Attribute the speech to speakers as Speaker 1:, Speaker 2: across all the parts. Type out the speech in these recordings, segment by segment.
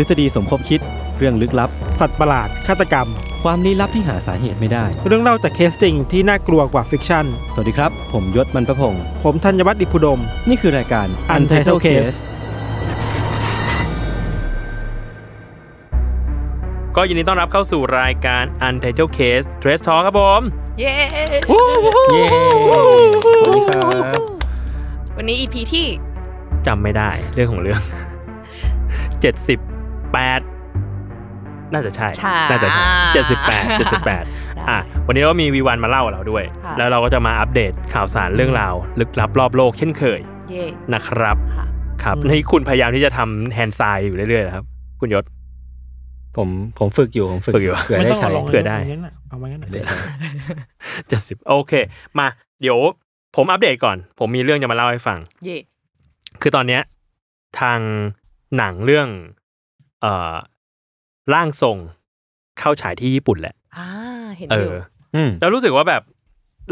Speaker 1: ทฤษฎีสมคบคิด เรื่องลึกลับ
Speaker 2: สัตว์ประหลาด ฆาตกรรม
Speaker 1: ความลี้ลับที่หาสาเหตุไม่ได้
Speaker 2: เรื่องเล่าจากเคสจริงที่น่ากลัวกว่าฟิกชั่น
Speaker 1: สวัสดีครับ ผมยศมันประพงศ์
Speaker 2: ผมธัญวัฒน์อิพุดม
Speaker 1: นี่คือรายการ
Speaker 2: Untitled Case
Speaker 3: ก็ยินดีต้อนรับเข้าสู่รายการ Untitled Case Trace Talk ครับผม
Speaker 4: เย้
Speaker 1: เย้สวัสดีครับ
Speaker 4: วันนี้ EP ที่
Speaker 3: จำไม่ได้เรื่องของเรื่อง 78 น่าจะใช่
Speaker 4: ใช่
Speaker 3: น่าจะใช่ 78 78 อ่ะ วันนี้เรามีวีวันมาเล่ากับเราด้วย
Speaker 4: ค่ะ
Speaker 3: แล้วเราก็จะมาอัปเดตข่าวสารเรื่องราว ลึกลับรอบโลกเช่นเคย
Speaker 4: เย่
Speaker 3: นะครับ
Speaker 4: ค่ะ
Speaker 3: ครับ ในคุณพยายามที่จะทำแฮนด์ไซน์อยู่เรื่อยๆนะครับ คุณยศ
Speaker 1: ผมผมฝึกอยู่ ผมฝึก
Speaker 3: ฝึกอยู่
Speaker 1: เผื่อได้ใช้
Speaker 2: ม่ต้งาลง
Speaker 3: เผื่อได้
Speaker 2: างั้นน่ะเอาไว้งั้นน่ะ
Speaker 3: 70 โอ เค มา เดี๋ยวผมอัปเดตก่อน ผมมีเรื่องจะมาเล่าให้ฟัง
Speaker 4: เย่
Speaker 3: คือตอนเนี้ยทางหนังเรื่องเอ่อร่างทรงเข้าฉายที่ญี่ปุ่นแหละ
Speaker 4: อ่าเห็น
Speaker 3: เอ
Speaker 4: อยู่
Speaker 3: อ
Speaker 1: อืม
Speaker 3: แล้วรู้สึกว่าแบบ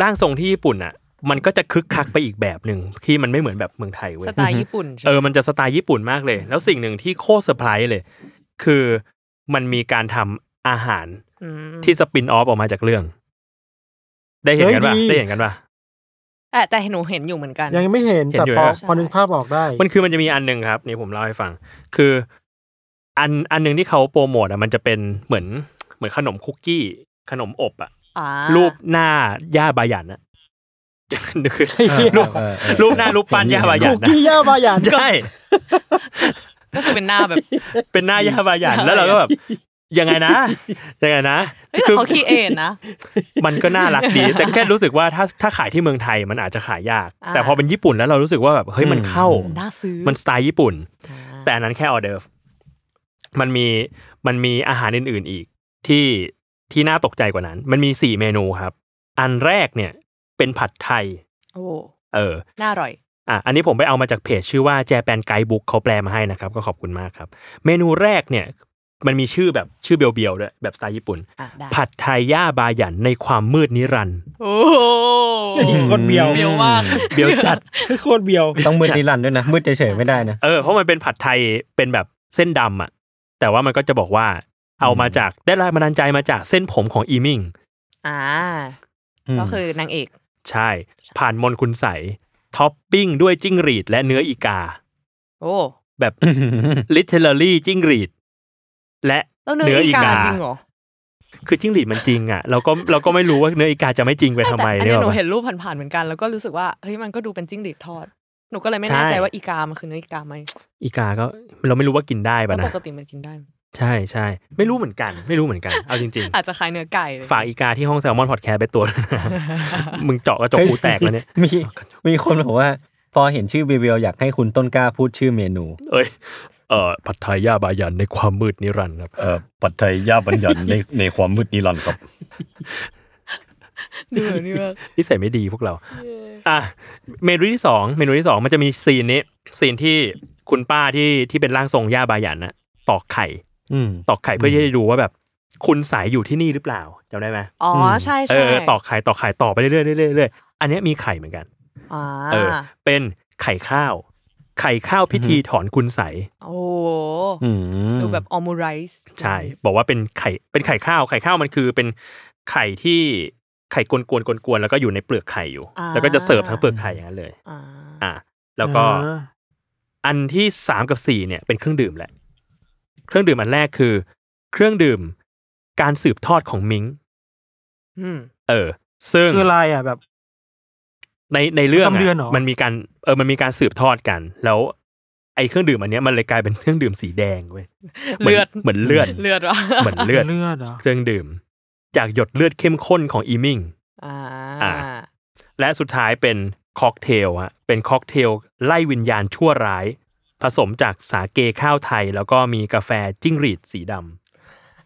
Speaker 3: ร่างทรงที่ญี่ปุ่นอ่ะ มันก็จะคึกคักไปอีกแบบหนึ่งที่มันไม่เหมือนแบบเมืองไทยเว้
Speaker 4: ส
Speaker 3: ย
Speaker 4: ไตล์ญี่ปุ่นใช่ไหม
Speaker 3: เออมันจะสไตล์ญี่ปุ่นมากเลย แล้วสิ่งหนึ่งที่โคตรเซอร์ไพรส์เลย คือมันมีการทำอาหาร
Speaker 4: ม
Speaker 3: ที่สปินออฟออกมาจากเรื่อง ได้เห็นกันปะได้เห็นกันปะ
Speaker 4: อ่ะแต่หนูเห็นอยู่เหมือนกัน
Speaker 2: ยังไม่เห็น
Speaker 3: เห็น
Speaker 2: แต่
Speaker 3: อยู่
Speaker 2: พอ
Speaker 3: นะ
Speaker 2: พอนึกภาพออกได้
Speaker 3: มันคือมันจะมีอันหนึ่งครับนี่ผมเล่าให้ฟัง คืออันอันหนึ่งที่เขาโปรโมทอ่ะมันจะเป็นเหมือนเหมือนขนมคุกกี้ ขนมอบอ่ะ
Speaker 4: อ่า
Speaker 3: รูปหน้าย่าบายันอ่ะ คือ
Speaker 1: เออ
Speaker 3: รูป
Speaker 1: เออเออ
Speaker 3: รูปหน้ารูปปั้นย่าบายั
Speaker 2: คุ
Speaker 3: น
Speaker 2: ก
Speaker 3: นะ
Speaker 2: กี้ย่าบาหยาน
Speaker 3: ใช่
Speaker 4: ก็คือเป็นหน้าแบบ
Speaker 3: เป็นหน้าย่าบา ยันแล้วเราก็แบบยังไงนะยังไงนะ
Speaker 4: เฮ้ยแต่เขาคีเอนนะ
Speaker 3: มันก็น่ารักดี แต่แค่รู้สึกว่าถ้าถ้าขายที่เมืองไทยมันอาจจะขายยาก
Speaker 4: อ่า
Speaker 3: แต่พอเป็นญี่ปุ่นแล้วเรารู้สึกว่าแบบเฮ้ยมันเข้า
Speaker 4: น่าซื้อ
Speaker 3: มันสไตล์ญี่ปุ่น
Speaker 4: อ่า
Speaker 3: แต่อันนั้นแค่ออเดิร์ฟ มันมี มันมีอาหารอื่นๆอีกที่ที่น่าตกใจกว่านั้น มันมีสี่เมนูครับ อันแรกเนี่ยเป็นผัดไทย
Speaker 4: โอ้
Speaker 3: เออ
Speaker 4: น่าอร่อย
Speaker 3: อ่ะ อันนี้ผมไปเอามาจากเพจชื่อว่า Japan Guidebook เขาแปลมาให้นะครับ ก็ขอบคุณมากครับ เมนูแรกเนี่ย มันมีชื่อแบบชื่อเบียวๆด้วยแบบสไตล์ญี่ปุ่น
Speaker 4: อ่ะได้
Speaker 3: ผัดไทยย่าบาหยันในความมืดนิรันดร์
Speaker 4: โอ้โห
Speaker 2: โคตรเบียว
Speaker 4: เบียวมาก
Speaker 3: เบียวจัด
Speaker 2: โคตรเบียว
Speaker 1: ต้องมืดนิรันดร์ด้วยนะ มืดเฉยๆไม่ได้นะ
Speaker 3: เออเพราะมันเป็นผัดไทยเป็นแบบเส้นดำอ่ะ แต่ว่ามันก็จะบอกว่า เอามาจากได้แรงบันดาลใจมาจากเส้นผมของอีมิง
Speaker 4: อ่า ก็คือนางเอก
Speaker 3: ใช่ ผ่านมนต์คุณใสยท็อปปิ้งด้วยจิ้งหรีดและเนื้ออีกา
Speaker 4: โอ้
Speaker 3: แบบ literally จิ้งหรีด และ
Speaker 4: แล้วเนื้ออีกาจริงเหรอ
Speaker 3: คือจิ้งหรีดมันจริงอ่ะ เราก็ เราก็ไม่รู้ว่าเนื้ออีกาจะไม่จริงไปทำไม
Speaker 4: แต่อัน
Speaker 3: เนี่
Speaker 4: เนี้
Speaker 3: ย
Speaker 4: ย
Speaker 3: หร
Speaker 4: หนู
Speaker 3: อ
Speaker 4: เห็นรูปผ่านๆเหมือนกัน แล้วก็รู้สึกว่าเฮ้ยมันก็ดูเป็นจิ้งหรีดทอดหนูก็เลยไม่แน่
Speaker 3: ใช่
Speaker 4: ใจว่าอีกามันคือเนื้ออีกาไหม
Speaker 3: อีกาก็เราไม่รู้ว่ากินได้
Speaker 4: แล้
Speaker 3: ปะ
Speaker 4: วป
Speaker 3: นะ
Speaker 4: กติมันกินได้ไหม
Speaker 3: ใช่ใช่ไม่รู้เหมือนกัน ไม่รู้เหมือนกันเอาจริง
Speaker 4: อาจจะคล้ายเนื้อไก่เลย
Speaker 3: ๆ ฝากอีกาที่ห้องแซลมอนพอดแคสต์ ไปตัวจด้วยนะมึงเจาะกระจกหูแตกแล้วเนี่ย
Speaker 1: มีมีคนบอกว่า พอเห็นชื่อเบเบลอยากให้คุณต้นกล้าพูดชื่อเมนู
Speaker 3: เอ้ยเอ่อผัดไทยย่าบายันในความมืดนิรันดร์ครับ
Speaker 5: เอ่อปัจจัยย่าบัญญัติใน ในความมืดนิรันดร์ครับ
Speaker 4: เนื้อเนื้อ
Speaker 3: นิสัยไม่ดีพวกเรา อ่ะ เมนูที่สองเมนูที่สองมันจะมีซีนนี้ ซีนที่คุณป้าที่ที่เป็นร่างทรงย่าบายันนะตอกไข่
Speaker 1: อืม
Speaker 3: ตอกไข่เพื่อที่จะดูว่าแบบ คุณสายอยู่ที่นี่หรือเปล่าจำได้ไหม
Speaker 4: อ๋อใช่
Speaker 3: เอ
Speaker 4: ใช่
Speaker 3: อตอกไข่ตอกไข่ต่อไปเรื่อยๆเรื่อยๆเรื่อยๆอันเนี้ยมีไข่เหมือนกัน
Speaker 4: อ่า
Speaker 3: เออ เป็นไข่ข้าว ไข่ข้าวพิธีถอนคุณใสย
Speaker 4: โอ้โห
Speaker 1: อืม
Speaker 4: ดูแบบออมูไรส์
Speaker 3: ใช่ บอกว่าเป็นไข่เป็นไข่ข้าว ไข่ข้าวมันคือเป็นไข่ที่ ไข่กวนๆกวนๆแล้วก็อยู่ในเปลือกไข่อยู่
Speaker 4: อ่า
Speaker 3: แล้วก็จะเสิร์ฟทั้งเปลือกไข่อย่างนั้นเลย
Speaker 4: อ่า
Speaker 3: อ่ะแล้วก็
Speaker 2: อ่า
Speaker 3: อันที่สามกับสี่เนี่ยเป็นเครื่องดื่มแหละ เครื่องดื่มอันแรกคือ เครื่องดื่มการสืบทอดของมิง
Speaker 4: อืม
Speaker 3: เออ ซึ่ง
Speaker 2: คืออะไรอ่ะแบบ
Speaker 3: ในในเรื่อง
Speaker 2: ประจำเดือนเหรอ
Speaker 3: อะมันมีการเออมันมีการสืบทอดกัน แล้วไอ้เครื่องดื่มอันเนี้ยมันเลยกลายเป็นเครื่องดื่มสีแดงเว้ยหมืน
Speaker 4: เลือด
Speaker 3: เหมือนเลือด
Speaker 4: เลือดวะ
Speaker 3: เหมือนเลือด
Speaker 2: เลือดเหรอ
Speaker 3: เครื่องดื่ม จากหยดเลือดเข้มข้นของอีมิง
Speaker 4: อ่า
Speaker 3: อ่า และสุดท้ายเป็นค็อกเทลฮะเป็นค็อกเทลไล่วิญญาณชั่วร้าย ผสมจากสาเกข้าวไทย แล้วก็มีกาแฟจิ้งหรีดสีดำ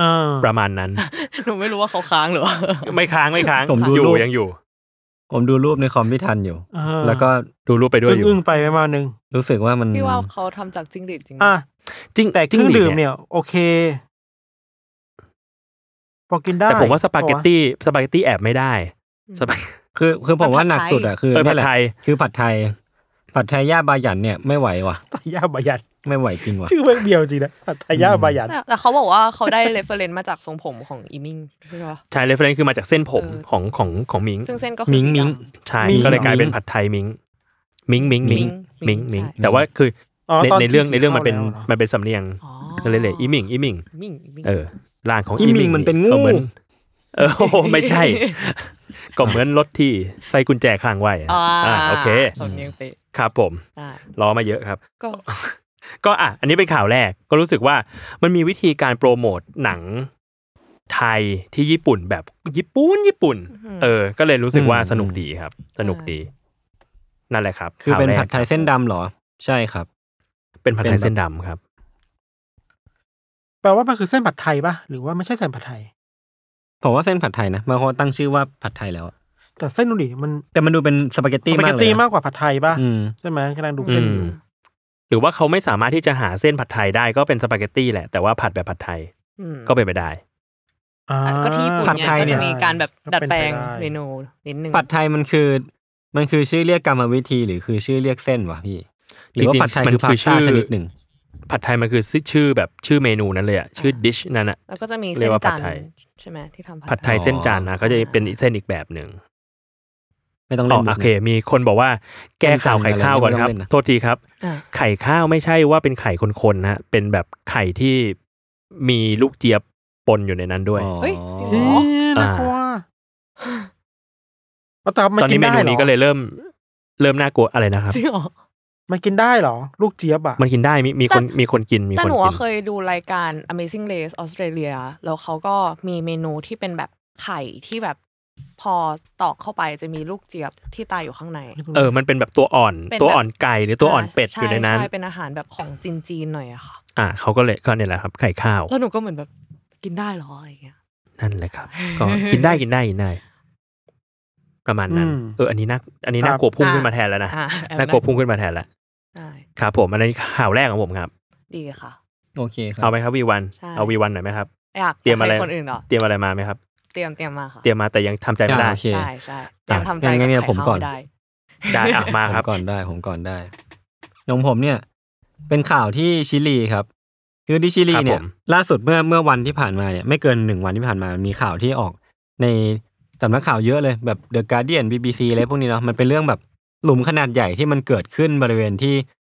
Speaker 2: อ่า
Speaker 3: ประมาณนั้น
Speaker 4: หนูไม่รู้ว่าเขาค้างหรือว่า
Speaker 3: ไม่ค้างไม่ค้าง
Speaker 1: ผมดู
Speaker 3: อยู่
Speaker 1: รูป
Speaker 3: ยังอยู่
Speaker 1: ผมดูรูปในคอมไม่ทันอยู่
Speaker 2: อ่า
Speaker 1: แล้วก็
Speaker 3: ดูรูปไปด้วยอยู่
Speaker 2: อึ้งๆไปประมาณนึง
Speaker 1: รู้สึกว่ามัน
Speaker 4: พี่ว่าเขาทำจากจิ้งหรีดจริง
Speaker 2: อ่ะ
Speaker 3: จิ้ง
Speaker 2: แต่เครื่อง
Speaker 3: จิ้ห
Speaker 2: ดื่ม
Speaker 3: ด
Speaker 2: เนี่ย โอเค พอกินได้
Speaker 3: แต่ผมว่าสปาเกต
Speaker 2: พอวะ
Speaker 3: ตี้สปาเกตตี้แอบไม่ได้สปา
Speaker 1: คือคือผมว่าหนักสุดอ่ะคือ
Speaker 3: เออ
Speaker 1: นี่
Speaker 3: ผัด
Speaker 1: แหละ
Speaker 3: ไทย
Speaker 1: คือผัดไทย ผัดไทยย่าบายันเนี่ยไม่ไหวว่ะ
Speaker 2: ทายาบายัน
Speaker 1: ไม่ไหวจริงว่ะ
Speaker 2: ชื่อแม่งเบียวจริงนะทายาบายัน
Speaker 4: แต่แต่เขาบอกว่าเขาได้เรฟเฟรนมาจากทรงผมของอีมิงใช่ปะ
Speaker 3: ใช่เรฟเฟรนซ์คือมาจากเส้นผม
Speaker 4: เออ
Speaker 3: ของของของมิง
Speaker 4: ซึ่งเส้นก็คือ
Speaker 1: มิง
Speaker 4: สีดำ
Speaker 1: มิง
Speaker 3: ใช่
Speaker 1: มิง
Speaker 3: ก็เลยกลายเป็น
Speaker 1: มิง
Speaker 3: ผัดไทยมิงมิงมิงมิง
Speaker 4: มิ
Speaker 3: มิง
Speaker 4: ง
Speaker 3: มิง
Speaker 4: ใช่
Speaker 3: แต่ว่าคือ
Speaker 2: อ๋อ
Speaker 3: ใน
Speaker 2: ตอ
Speaker 3: ในเรื่องในเรื่องมันเป็น
Speaker 2: กิข้าวแล้วหรอ
Speaker 3: มันเป็นสำเนียง
Speaker 4: อ๋อ
Speaker 3: เลยเลยอีมิงอีมิง
Speaker 4: มิงอีมิง
Speaker 3: เออร่างของ
Speaker 1: อีมิงมันเป็นงู
Speaker 3: ก็หมือเอ อโอ้โหไม่ใช่ ก็เหมือนรถที่ใส่กุญแจข้างไว้อะ
Speaker 4: อ่า
Speaker 3: อ่าโอเค
Speaker 4: สำเนียงเป๊ะ
Speaker 3: ครับผม
Speaker 4: ได้
Speaker 3: ล้อมาเยอะครับ
Speaker 4: ก็
Speaker 3: ก็อ่ะ อันนี้เป็นข่าวแรกก็รู้สึกว่ามันมีวิธีการโปรโมทหนังไทยที่ญี่ปุ่นแบบญี่ปุ่นญี่ปุ่น
Speaker 4: อืม
Speaker 3: เออ ก็เลยรู้สึกว่า
Speaker 1: อืม
Speaker 3: สนุกดีครับ สนุกดี นั่นแหละครับ
Speaker 1: คือ
Speaker 3: ข่าว
Speaker 1: เป็น
Speaker 3: แรก
Speaker 1: ผัดไทยเส้นดำเหรอ ใช่ครับ
Speaker 3: เป็นผัดไท
Speaker 1: เป็นแบ
Speaker 3: ย
Speaker 1: บ
Speaker 3: เส้นดำครับ
Speaker 2: แปลว่ามันคือเส้นผัดไทยปะหรือว่าไม่ใช่เส้นผัดไทย
Speaker 1: ผมว่าเส้นผัดไทยนะบางคนตั้งชื่อว่าผัดไทยแล้วอะ
Speaker 2: แต่เส้นนู่นดิมัน
Speaker 1: แต่มันดูเป็นสปาเกตตี้
Speaker 2: สปา
Speaker 1: มาก
Speaker 2: เกต
Speaker 1: เลย
Speaker 2: ตี้
Speaker 1: นะ
Speaker 2: มากกว่าผัดไทยปะ
Speaker 1: อืม
Speaker 2: ใช่ไหมกำลังดู
Speaker 3: อื
Speaker 2: เส้น
Speaker 3: ม
Speaker 2: อยู่
Speaker 3: หรือว่าเขาไม่สามารถที่จะหาเส้นผัดไทยได้ก็เป็นสปาเกตตี้แหละ แต่ว่าผัดแบบผัดไทย
Speaker 4: อืม
Speaker 3: ก็เป็นไปได้
Speaker 2: อ่า
Speaker 4: อ่ะก็ที่ญี่ปุ่น
Speaker 1: ผัดไทย
Speaker 4: ก็
Speaker 1: เนี่ย
Speaker 4: จะมีการแบบดัดแปลง
Speaker 2: ก็นไปไ
Speaker 4: เมนูนิดนึง
Speaker 1: ผัดไทยมันคือ มันคือชื่อเรียกกรรมวิธีหรือคือชื่อเรียกเส้นวะพี่หรือว่า
Speaker 3: จริงๆ
Speaker 1: ผัดไทย
Speaker 3: มัน
Speaker 1: คือพา
Speaker 3: คือ
Speaker 1: ส
Speaker 3: ชื่
Speaker 1: ต้า
Speaker 3: อ
Speaker 1: ชนิดหนึ่ง
Speaker 3: ผัดไทยมันคือชื่อแบบชื่อเมนูนั้นเลยอะชื่อดิชนั่นอะ
Speaker 4: แล้วก็จะมี
Speaker 3: เรี
Speaker 4: เส้
Speaker 3: ยก
Speaker 4: น
Speaker 3: ว่าผั
Speaker 4: จั
Speaker 3: ด
Speaker 4: นท
Speaker 3: ไทย
Speaker 4: ร์ใช่ไหมที่ทำ
Speaker 3: ผัดไทย
Speaker 1: อ๋อ
Speaker 3: เส้นจานนะก็จะเป็นอีกเส้นอีกแบบหนึ่ง
Speaker 1: ไม่ต้อง
Speaker 3: อ๋
Speaker 1: เล่
Speaker 3: อน
Speaker 1: มุ
Speaker 3: โอก เค
Speaker 1: นะ
Speaker 3: มีคนบอกว่าแก้ข่าวไข่ข้าวก่อนครับ
Speaker 1: เล่นนะ
Speaker 3: โทษทีครับ
Speaker 4: อ่ะ
Speaker 3: ไข่ข้าวไม่ใช่ว่าเป็นไข่คนๆนะฮะเป็นแบบไข่ที่มีลูกเจี๊ยบปนอยู่ในนั้นด้วย
Speaker 1: อ๋อ
Speaker 4: เฮ้ยจริงเหร
Speaker 2: เอ๊
Speaker 4: อ
Speaker 2: ะน่ากลัวแล้วแต่มัน
Speaker 3: ตอน
Speaker 2: กิ
Speaker 3: นี้
Speaker 2: น
Speaker 3: เม
Speaker 2: ได้
Speaker 3: นู
Speaker 2: หร
Speaker 3: นี้
Speaker 2: อ
Speaker 3: ก็เลยเริ่มเริ่มน่ากลัวอะไรนะครับ
Speaker 4: จริงเหรอ
Speaker 2: มันกินได้เหรอ ลูกเจี๊ยบอ่ะ
Speaker 3: มันกินได้มีมีคน
Speaker 4: แต่
Speaker 3: มีคนกินมี
Speaker 4: แต่
Speaker 3: คน
Speaker 4: หนู
Speaker 3: กิ
Speaker 4: อะ
Speaker 3: น
Speaker 4: เคยดูรายการ Amazing Race Australia แล้วเขาก็มีเมนูที่เป็นแบบไข่ที่แบบพอตอกเข้าไปจะมีลูกเจี๊ยบที่ตายอยู่ข้างใน
Speaker 3: เออ มันเป็นแบบตัวอ่อน
Speaker 4: เป็นแบบ
Speaker 3: ตัวอ่อนไก่หรือตัวอ่อนเป็ดอยู่ในนั้น
Speaker 4: ช่ช่เป็นอาหารแบบของจีนๆหน่อยอะค่ะ
Speaker 3: อ่าเขาก็เลยก็เนี่ยแหละครับ ไข่ข้าว
Speaker 4: แล้วหนูก็เหมือนแบบกินได้เหรออะไรอย่างเงี้ย
Speaker 3: นั่นแหละครับ ก็กินได้กินได้กินได้ ประมาณนั้น เออ อันนี้น่าอันนี้น่ากลัวพุ่งขึ้นมาแทนแล้วนะ
Speaker 4: อ่ะแอบ
Speaker 3: น่ากลัวพุ่งขึ้นมาแทนแล้ว
Speaker 4: ได้
Speaker 3: ครับผมอันนี้ข่าวแรกของผมครับ
Speaker 4: ดีค่ะ
Speaker 1: โอเคครับ
Speaker 3: เอาไหมครับวีวัน
Speaker 4: ใช่
Speaker 3: เอาวีวันหน่อยไหมครับ
Speaker 4: อยาก
Speaker 3: เตรียมอะไร
Speaker 4: ให้คนอื่นเหรอ
Speaker 3: เตรียมอะไรมาไหมครับ
Speaker 4: เตรียมเตรียมมาค่ะ
Speaker 3: เตรียมมาแต่ยังทำใจไม่ได้
Speaker 1: อ่าโอเค
Speaker 4: ใช่ใช่เตรียมทำใจ
Speaker 1: งั้นงั้นเนี่ย
Speaker 4: บ
Speaker 1: ผม
Speaker 4: ไข่
Speaker 1: ก่อน
Speaker 4: ข้าวไได้
Speaker 3: ได้อ่ะมา
Speaker 1: ผม
Speaker 3: ครับ
Speaker 1: ก่อนได้ผมก่อนได้ของผมเนี่ย เป็นข่าวที่ชิลีครับ คือที่ชิลีเนี่ย
Speaker 3: ครับผม
Speaker 1: ล่าสุดเมื่อเมื่อวันที่ผ่านมาเนี่ยไม่เกินหนึ่งวันที่ผ่านมามันมีข่าวที่ออก ในสำนักข่าวเยอะเลยแบบ The Guardian BBC อะไรพวกนี้เนาะมันเป็นเรื่องแบบหลุมขนาดใหญ่ที่มันเกิดขึ้นบริเวณที่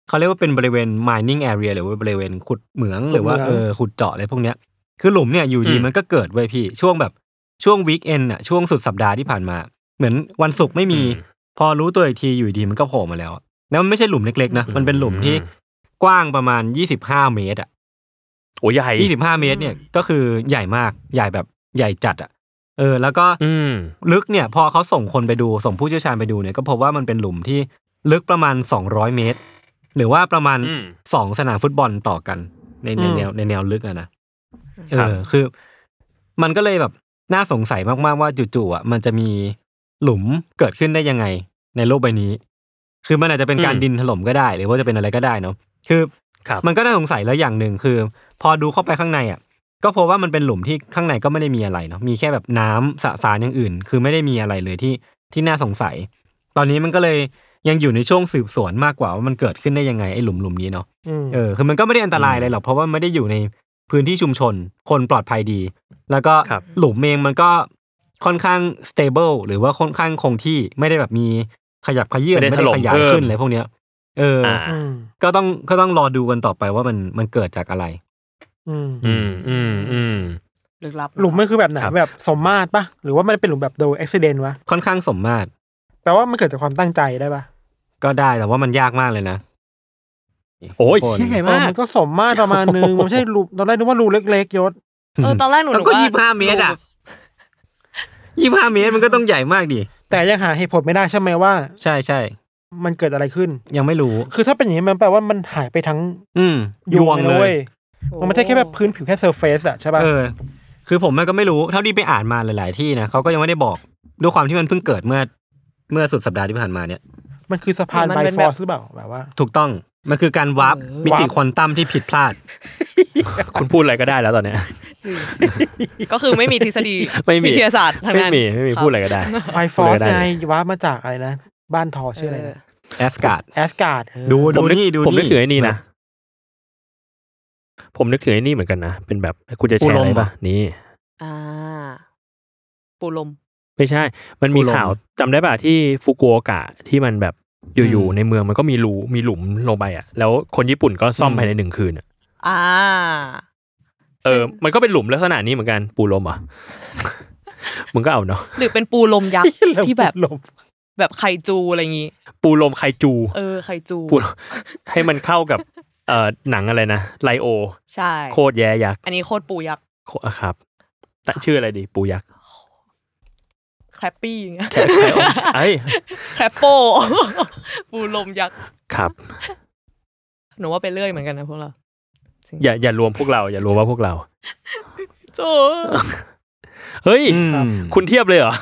Speaker 1: เขาเรียกว่าเป็นบริเวณ mining area หรือว่าบริเวณขุดเหมืองหรือว่าเออขุดเจาะอะไรพวกเนี้ย คือหลุมเนี่ยอยู่ดี
Speaker 3: อืม
Speaker 1: มันก็เกิดไว้ยพี่ ช่วงแบบช่วงวีคเอนอะช่วงสุดสัปดาห์ที่ผ่านมา เหมือนวันศุกร์ไม่มี พอรู้ตัวอีกทีอยู่ดีมันก็โผล่มาแล้วอะแล้วมันไม่ใช่หลุมเล็กๆนะมันเป็นหลุมที่กว้างประมาณยี่สิบห้าเมตรอะ
Speaker 3: โอ้ใหญ่
Speaker 1: ยี่สิบห้าเมตรเนี่ยก็คือใหญ่มากใหญ่แบบใหญ่จัดอ่ะเออ แล้วก็
Speaker 3: อืม
Speaker 1: ลึกเนี่ย พอเขาส่งคนไปดูส่งผู้เชี่ยวชาญไปดูเนี่ยก็พบว่ามันเป็นหลุมที่ลึกประมาณสองร้อยเมตร หรือว่าประมาณ
Speaker 3: อืม
Speaker 1: สองสนามฟุตบอลต่อกันในในแนวในแนวลึกอะนะเอ
Speaker 3: ครับ
Speaker 1: อคือ มันก็เลยแบบน่าสงสัยมากๆว่าจู่ๆอ่ะมันจะมีหลุมเกิดขึ้นได้ยังไง ในโลกใบนี้ คือมันอาจจะเป็นการ
Speaker 3: อืม
Speaker 1: ดินถล่มก็ได้ หรือว่าจะเป็นอะไรก็ได้เนาะคือ
Speaker 3: ครับ
Speaker 1: มันก็น่าสงสัยแล้วอย่างหนึ่งคือ พอดูเข้าไปข้างในอ่ะ ก็พบว่ามันเป็นหลุมที่ข้างในก็ไม่ได้มีอะไรเนาะมีแค่แบบน้ำสสารอย่างอื่น คือไม่ได้มีอะไรเลยที่ที่น่าสงสัย ตอนนี้มันก็เลยยังอยู่ในช่วงสืบสวนมากกว่าว่ามันเกิดขึ้นได้ยังไงไอ้หลุมหลุมนี้เนาะ
Speaker 2: ม
Speaker 1: เออคือมันก็ไม่ได้อันตรายอะไรหรอกเพราะว่าไม่ได้อยู่ใน พื้นที่ชุมชน คนปลอดภัยดี แล้วก็
Speaker 3: ครับ
Speaker 1: หลุมเองมันก็ค่อนข้าง stable หรือว่าค่อนข้างคงที่ไม่ได้แบบมีขยับขยื่น
Speaker 3: ไม่ได้ถล่ม
Speaker 1: ขยาย
Speaker 3: เพิ่ม
Speaker 1: ขึ้นอะไรพวกเนี้ย เอออ
Speaker 3: อ่า
Speaker 2: อืม
Speaker 1: ก็ต้องก็ต้องรอดูกันต่อไปว่ามันมันเกิดจากอะไร
Speaker 2: อืม
Speaker 3: อืมอืมอืม
Speaker 4: ลึกลับ
Speaker 2: หลุมมันคือแบบไหน
Speaker 3: ครับ
Speaker 2: แบบสมมาตรปะหรือว่ามันเป็นหลุมแบบโดยอุบิเหตุวะ
Speaker 1: ค่อนข้างสมมาตร
Speaker 2: แปลว่ามันเกิดจากความตั้งใจได้ปะ
Speaker 1: ก็ได้แต่ว่ามันยากมากเลยนะ
Speaker 3: โอ้ย
Speaker 1: ทุกคน
Speaker 3: เหี้ยใหญ่
Speaker 2: เอ
Speaker 3: มา
Speaker 2: อก มันก็สมมาตรประมาณนึงมันไม่ใช่หลุมตอนแรกนึกว่ารูเล็กๆยศ
Speaker 4: เออตอนแรกหนู
Speaker 1: มันก็
Speaker 4: นึว่
Speaker 1: ยี่ห้าเมตรอ่ะ
Speaker 4: หลุ
Speaker 1: ยี่ห้าเมตรมันก็ต้องใหญ่มากดิ
Speaker 2: แต่ยังหาเหตุผลไม่ได้ใช่ไหมว่า
Speaker 1: ใช่ใช่
Speaker 2: มันเกิดอะไรขึ้น
Speaker 1: ยังไม่รู้
Speaker 2: คือถ้าเป็นอย่างนี้มันแปลว่ามันหายไปทั้ง
Speaker 1: อืม
Speaker 2: ยวงเลยเว้ย
Speaker 4: โอ้
Speaker 2: มันไม่ใช่แค่แบบพื้นผิวแค่เซอร์เฟซอะใช่ป่ะ
Speaker 1: เออ คือผมมันก็ไม่รู้เท่าที่ไปอ่านมาหลาย ๆ ที่นะเขาก็ยังไม่ได้บอกด้วยความที่มันเพิ่งเกิดเมื่อ เมื่อสุดสัปดาห์ที่ผ่านมาเนี่ย
Speaker 2: มันคือสะพาน
Speaker 4: มัน
Speaker 2: ไบ
Speaker 4: เป็น
Speaker 2: ฟ
Speaker 4: แบ
Speaker 2: อบ ร์สหรือเปล่าแบบว่า
Speaker 1: ถูกต้องมันคือการวาร์ป
Speaker 4: เออ
Speaker 1: มิติควอนตัมที่ผิดพลาด
Speaker 3: คุณพูดอะไรก็ได้แล้วตอนเนี้ย
Speaker 4: ก็คือไม่มีทฤษฎี
Speaker 3: ไม่มี
Speaker 4: วิทยาศาสตร์ทาง
Speaker 3: ไม่
Speaker 4: นั้น
Speaker 3: มีไม่มี
Speaker 4: คบ
Speaker 3: พูดอะไรก็ได้
Speaker 2: ไบฟอร์ส
Speaker 3: พูดอะไรก็ได้
Speaker 2: ไงว่ามาจากอะไรนะ บ้านทอชื่ออะไรนะ
Speaker 1: แอสการ์ด
Speaker 2: แอสการ์ดเออ
Speaker 1: ดู
Speaker 3: ผ
Speaker 1: ดู
Speaker 3: มนึก
Speaker 1: นี่ดูนี่
Speaker 3: ผมนึกถึงไอ้นี่นะ ผมนึกถึงไอ้นี่เหมือนกันนะ เป็นแบบคุณจะแชร์อะไรปะนี่
Speaker 4: อ่า ปูลม
Speaker 3: ไม่ใช่ มันมีข่าวจำได้ป่ะที่ฟุกุโอกะที่มันแบบอยู่ๆในเมืองมันก็มีรูมีหลุมลงไปอ่ะ แล้วคนญี่ปุ่นก็ซ่อมภายในหนึ่งคืนอะ
Speaker 4: อ่า
Speaker 3: เออ
Speaker 4: ซึ่ง
Speaker 3: มันก็เป็นหลุมลักษณะนี้เหมือนกันปูลมเหรอ่ะ มึงก็เอาเนาะ
Speaker 4: หรือเป็นปูลมยักษ์ ที่แบบ
Speaker 2: ลม
Speaker 4: แบบไคจูอะไรอย่างงี้
Speaker 3: ปูลมไคจู
Speaker 4: เออไคจู
Speaker 3: ปูลม ให้มันเข้ากับเอ่อหนังอะไรนะไลโอ
Speaker 4: ใช่
Speaker 3: โคตรแย่ยักษ์
Speaker 4: อันนี้โคตรปูยักษ์
Speaker 3: โคอ่ะครับแต่ชื่ออะไรดี ปูยักษ์
Speaker 4: แครปปี้อย่างเงี้ย
Speaker 3: ไอ้ย
Speaker 4: แครปโป ปูลมยักษ์
Speaker 3: ครับ
Speaker 4: หนูว่าไปเรื่อยเหมือนกันนะพวกเรา
Speaker 3: อย่าอย่ารวมพวกเรา อย่ารวมว่าพวกเรา
Speaker 4: โจ
Speaker 3: เฮ้ย
Speaker 1: อืม
Speaker 3: คุณเทียบเลยเหรอ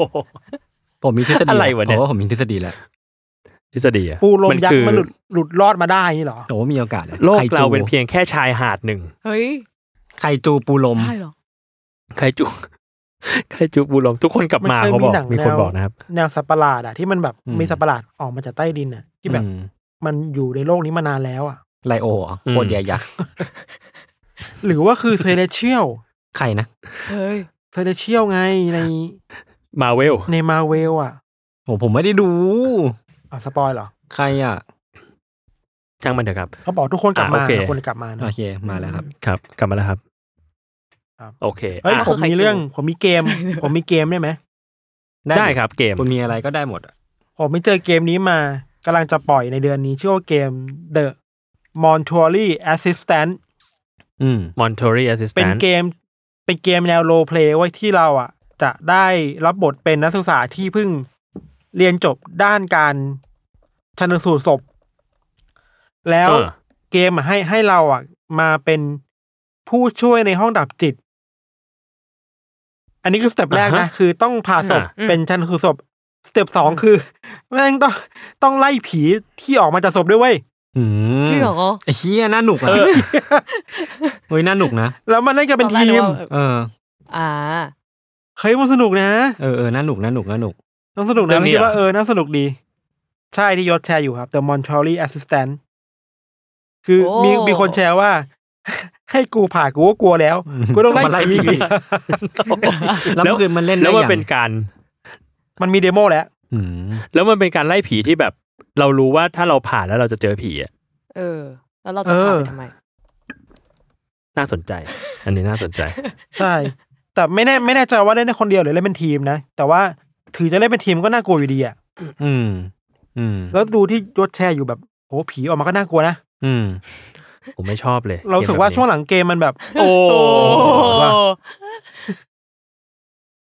Speaker 1: ผมมีทฤษฎี
Speaker 3: อะไรวะเนี่ย
Speaker 1: ผมว่าผมมีทฤษฎีแล้ว
Speaker 3: ทฤษฎีอะ
Speaker 2: ปูลมยัก
Speaker 3: คื
Speaker 2: ษ์
Speaker 3: อ
Speaker 2: มันหลุดหลุดรอดมาได้นี่เหรอ
Speaker 1: แต่ว่ามีโอกาสนะ
Speaker 3: โลก
Speaker 1: ไคจู
Speaker 3: เราเป็นเพียงแค่ชายหาดหนึ่ง
Speaker 4: เฮ้ย
Speaker 1: ไคจูปูลม
Speaker 4: ได้เหรอ
Speaker 3: ใครจุ ใครจุบุลมทุกคนกลับมา
Speaker 2: มันเคย
Speaker 3: เขาบ
Speaker 2: มี
Speaker 3: อก
Speaker 2: หนัง
Speaker 3: มีคน
Speaker 2: แนว
Speaker 3: บอกนะครับ
Speaker 2: แนวสัตว์ประหลาดอะที่มันแบบ
Speaker 1: อืม
Speaker 2: มีสัตว์ประหลาดออกมาจากใต้ดินอะที่แบบ
Speaker 1: อืม
Speaker 2: มันอยู่ในโลกนี้มานานแล้วอะ
Speaker 1: ไลโอเหรอ
Speaker 3: อืม
Speaker 1: โคตรใหญ่ยักษ์
Speaker 2: หรือว่าคือเซเลเชียล
Speaker 1: ใครนะ
Speaker 4: เฮ้ย
Speaker 2: เซเลเชียลไงใน
Speaker 3: มาเวล
Speaker 2: ในมาเวลอะ
Speaker 1: โอ้ผมไม่ได้ดู
Speaker 2: อ่ะสปอยเหรอ
Speaker 1: ใครอ่ะ
Speaker 3: ช่างมันเถอะครับ
Speaker 2: เขาบอกทุกคนกลับ
Speaker 3: อ่ะ
Speaker 2: มา
Speaker 3: โอเค
Speaker 2: คนกลับมานะ
Speaker 1: โอเค มาแล้วครับ
Speaker 3: ครับ กลับมาแล้วครับ
Speaker 2: ครับ
Speaker 3: โอเค
Speaker 2: เฮ้ย
Speaker 3: อ่ะ
Speaker 2: ผมมีเรื่องผมมีเกม
Speaker 4: ใครจะ
Speaker 2: ผมมีเกมได้ไหม
Speaker 3: ได้ครับเกม
Speaker 1: คุณมีอะไรก็ได้หมดอะ
Speaker 2: ผมไปเจอเกมนี้มากำลังจะปล่อยในเดือนนี้ชื่อว่าเกม The Montuori Assistant
Speaker 1: อืม
Speaker 3: Monterey
Speaker 2: เป็น
Speaker 3: Assistant
Speaker 2: เกมเป็นเกมแนวโรเพลย์ไว้ยที่เราอ่ะ จะได้รับบทเป็นนักศึกษาที่เพิ่งเรียนจบด้านการชันสูตรศพ แล้ว
Speaker 3: เออ
Speaker 2: เกมอะให้ให้เราอ่ะ มาเป็นผู้ช่วยในห้องดับจิต อันนี้คือสเต็ปแรก
Speaker 3: อ่า
Speaker 2: นะ
Speaker 3: ฮะ
Speaker 2: คือต้องผ่าศพ
Speaker 3: อ่า
Speaker 4: อืม
Speaker 2: เป็นชันสูตรศพสเต็ปสองคือแม่งต้องต้องไล่ผีที่ออกมาจากศพด้วยเว้ย
Speaker 1: อืม
Speaker 4: จริงเหรอ
Speaker 1: ไอ้เฮียน่าหนุกอ่ะเฮ้ยน่าหนุกนะ
Speaker 2: แล้วมันเล่นกันเป็น
Speaker 4: ตอแร
Speaker 2: ที
Speaker 4: ก
Speaker 2: ม
Speaker 4: กว่า
Speaker 1: เออ
Speaker 4: อ่า
Speaker 2: เฮ้ยมันสนุกนะ
Speaker 1: เออเออน่าหนุกน่าหนุกน่าหนุก
Speaker 2: น่าสนุก
Speaker 3: เรื่
Speaker 2: นะ
Speaker 3: องนี้
Speaker 2: คิดว่า
Speaker 3: เหรอ
Speaker 2: เออน่าสนุกดี ใช่ที่ยศแชร์อยู่ครับ The Montreal Assistant คือ
Speaker 4: โอ้
Speaker 2: มีมีคนแชร์ว่า ให้กูผ่ากูก็กลัวแล้ว กูต้อง
Speaker 1: มาไล่
Speaker 2: ไล่ผี
Speaker 1: ผี แล้วคือมันเล่นได้
Speaker 3: แล้วมัน
Speaker 1: ยัง
Speaker 3: เป็นการ
Speaker 2: มันมีเดโมแล้ว
Speaker 1: อืม
Speaker 3: แล้วมันเป็นการไล่ผีที่แบบ เรารู้ว่าถ้าเราผ่านแล้วเราจะเจอผีอะ
Speaker 4: เออ แล้วเราจะผ่านไปทำไม
Speaker 3: น่าสนใจ อันนี้น่าสน ใจ
Speaker 2: ใช่ แต่ไม่แน่ไม่แน่ใจว่าเล่นได้คนเดียวหรือเล่นเป็นทีมนะ แต่ว่าถือจะเล่นเป็นทีมก็น่ากลัวอยู่ดีอะ
Speaker 1: อืม อืม
Speaker 2: แล้วดูที่ยศแชร์อยู่แบบโอ้ผีออกมาก็น่ากลัวนะ
Speaker 1: อืม
Speaker 3: ผมไม่ชอบเลย
Speaker 2: เรารู้สึกว่าช่วงหลังเกมมันแบบ
Speaker 3: โอ้
Speaker 2: ว่า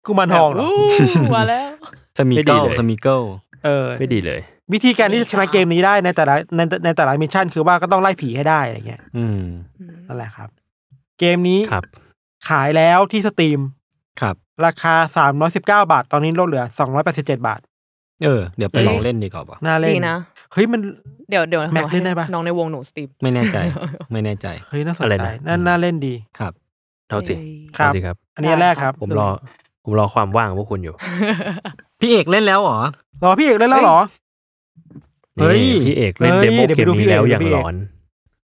Speaker 2: กูมันทองเหรอ
Speaker 4: อู้มาแล้ว
Speaker 1: สมิ
Speaker 3: ไม่ดี
Speaker 1: เกิล
Speaker 3: เลย
Speaker 1: สมิเกิล
Speaker 2: เออ
Speaker 3: ไม่ดีเลย
Speaker 2: วิธีการที่จะชนะเกมนี้ได้ในแต่ละในในแต่ละมิชชั่นคือว่าก็ต้องไล่ผีให้ได้อะไรเงี้ย
Speaker 1: อืม
Speaker 2: นั่นแหละครับ เกมนี้
Speaker 3: ครับ
Speaker 2: ขายแล้วที่สตรีม
Speaker 1: ครับ
Speaker 2: ราคา 319 บาท ตอนนี้ลดเหลือ 287 บาท
Speaker 1: เออ เดี๋ยวไป
Speaker 4: เฮ้ย
Speaker 1: ลองเล่นดีกว่าปะ
Speaker 2: น่าเล่น
Speaker 4: ดีนะ
Speaker 2: เฮ้ยมัน
Speaker 4: เดี๋ยวเดี๋ยว
Speaker 2: แม็กซ์เล่นได้ปะ
Speaker 4: น้องในวงหนูสตรีม
Speaker 1: ไม่แน่ใจ ไม่แน่ใจ
Speaker 2: เฮ้ยน่าสน
Speaker 3: อะไร
Speaker 2: ใจ
Speaker 3: นะ
Speaker 2: น่าน่าเล่นดี
Speaker 1: ครับ
Speaker 3: เอาสิ
Speaker 2: ครับ
Speaker 3: เอาสิครับ
Speaker 2: อันนี้อันแรกครับ
Speaker 3: ผมรอ ผมรอความว่างของพวกคุณอยู่
Speaker 1: พี่เอกเล่นแล้วเหรอ
Speaker 2: รอพี่เอกเล่นแล้วเหรอ
Speaker 1: เฮ้ย
Speaker 3: นี่พี่เอกเล่น
Speaker 2: เฮ้ย
Speaker 3: เดโม
Speaker 2: เดี๋ยว
Speaker 3: เก
Speaker 2: ไป
Speaker 3: ม
Speaker 2: ดูพี่
Speaker 3: นี้
Speaker 2: เอก
Speaker 3: แล้ว
Speaker 2: เดี๋ยว
Speaker 3: อย่าง
Speaker 2: พี่เอก
Speaker 3: ร้อน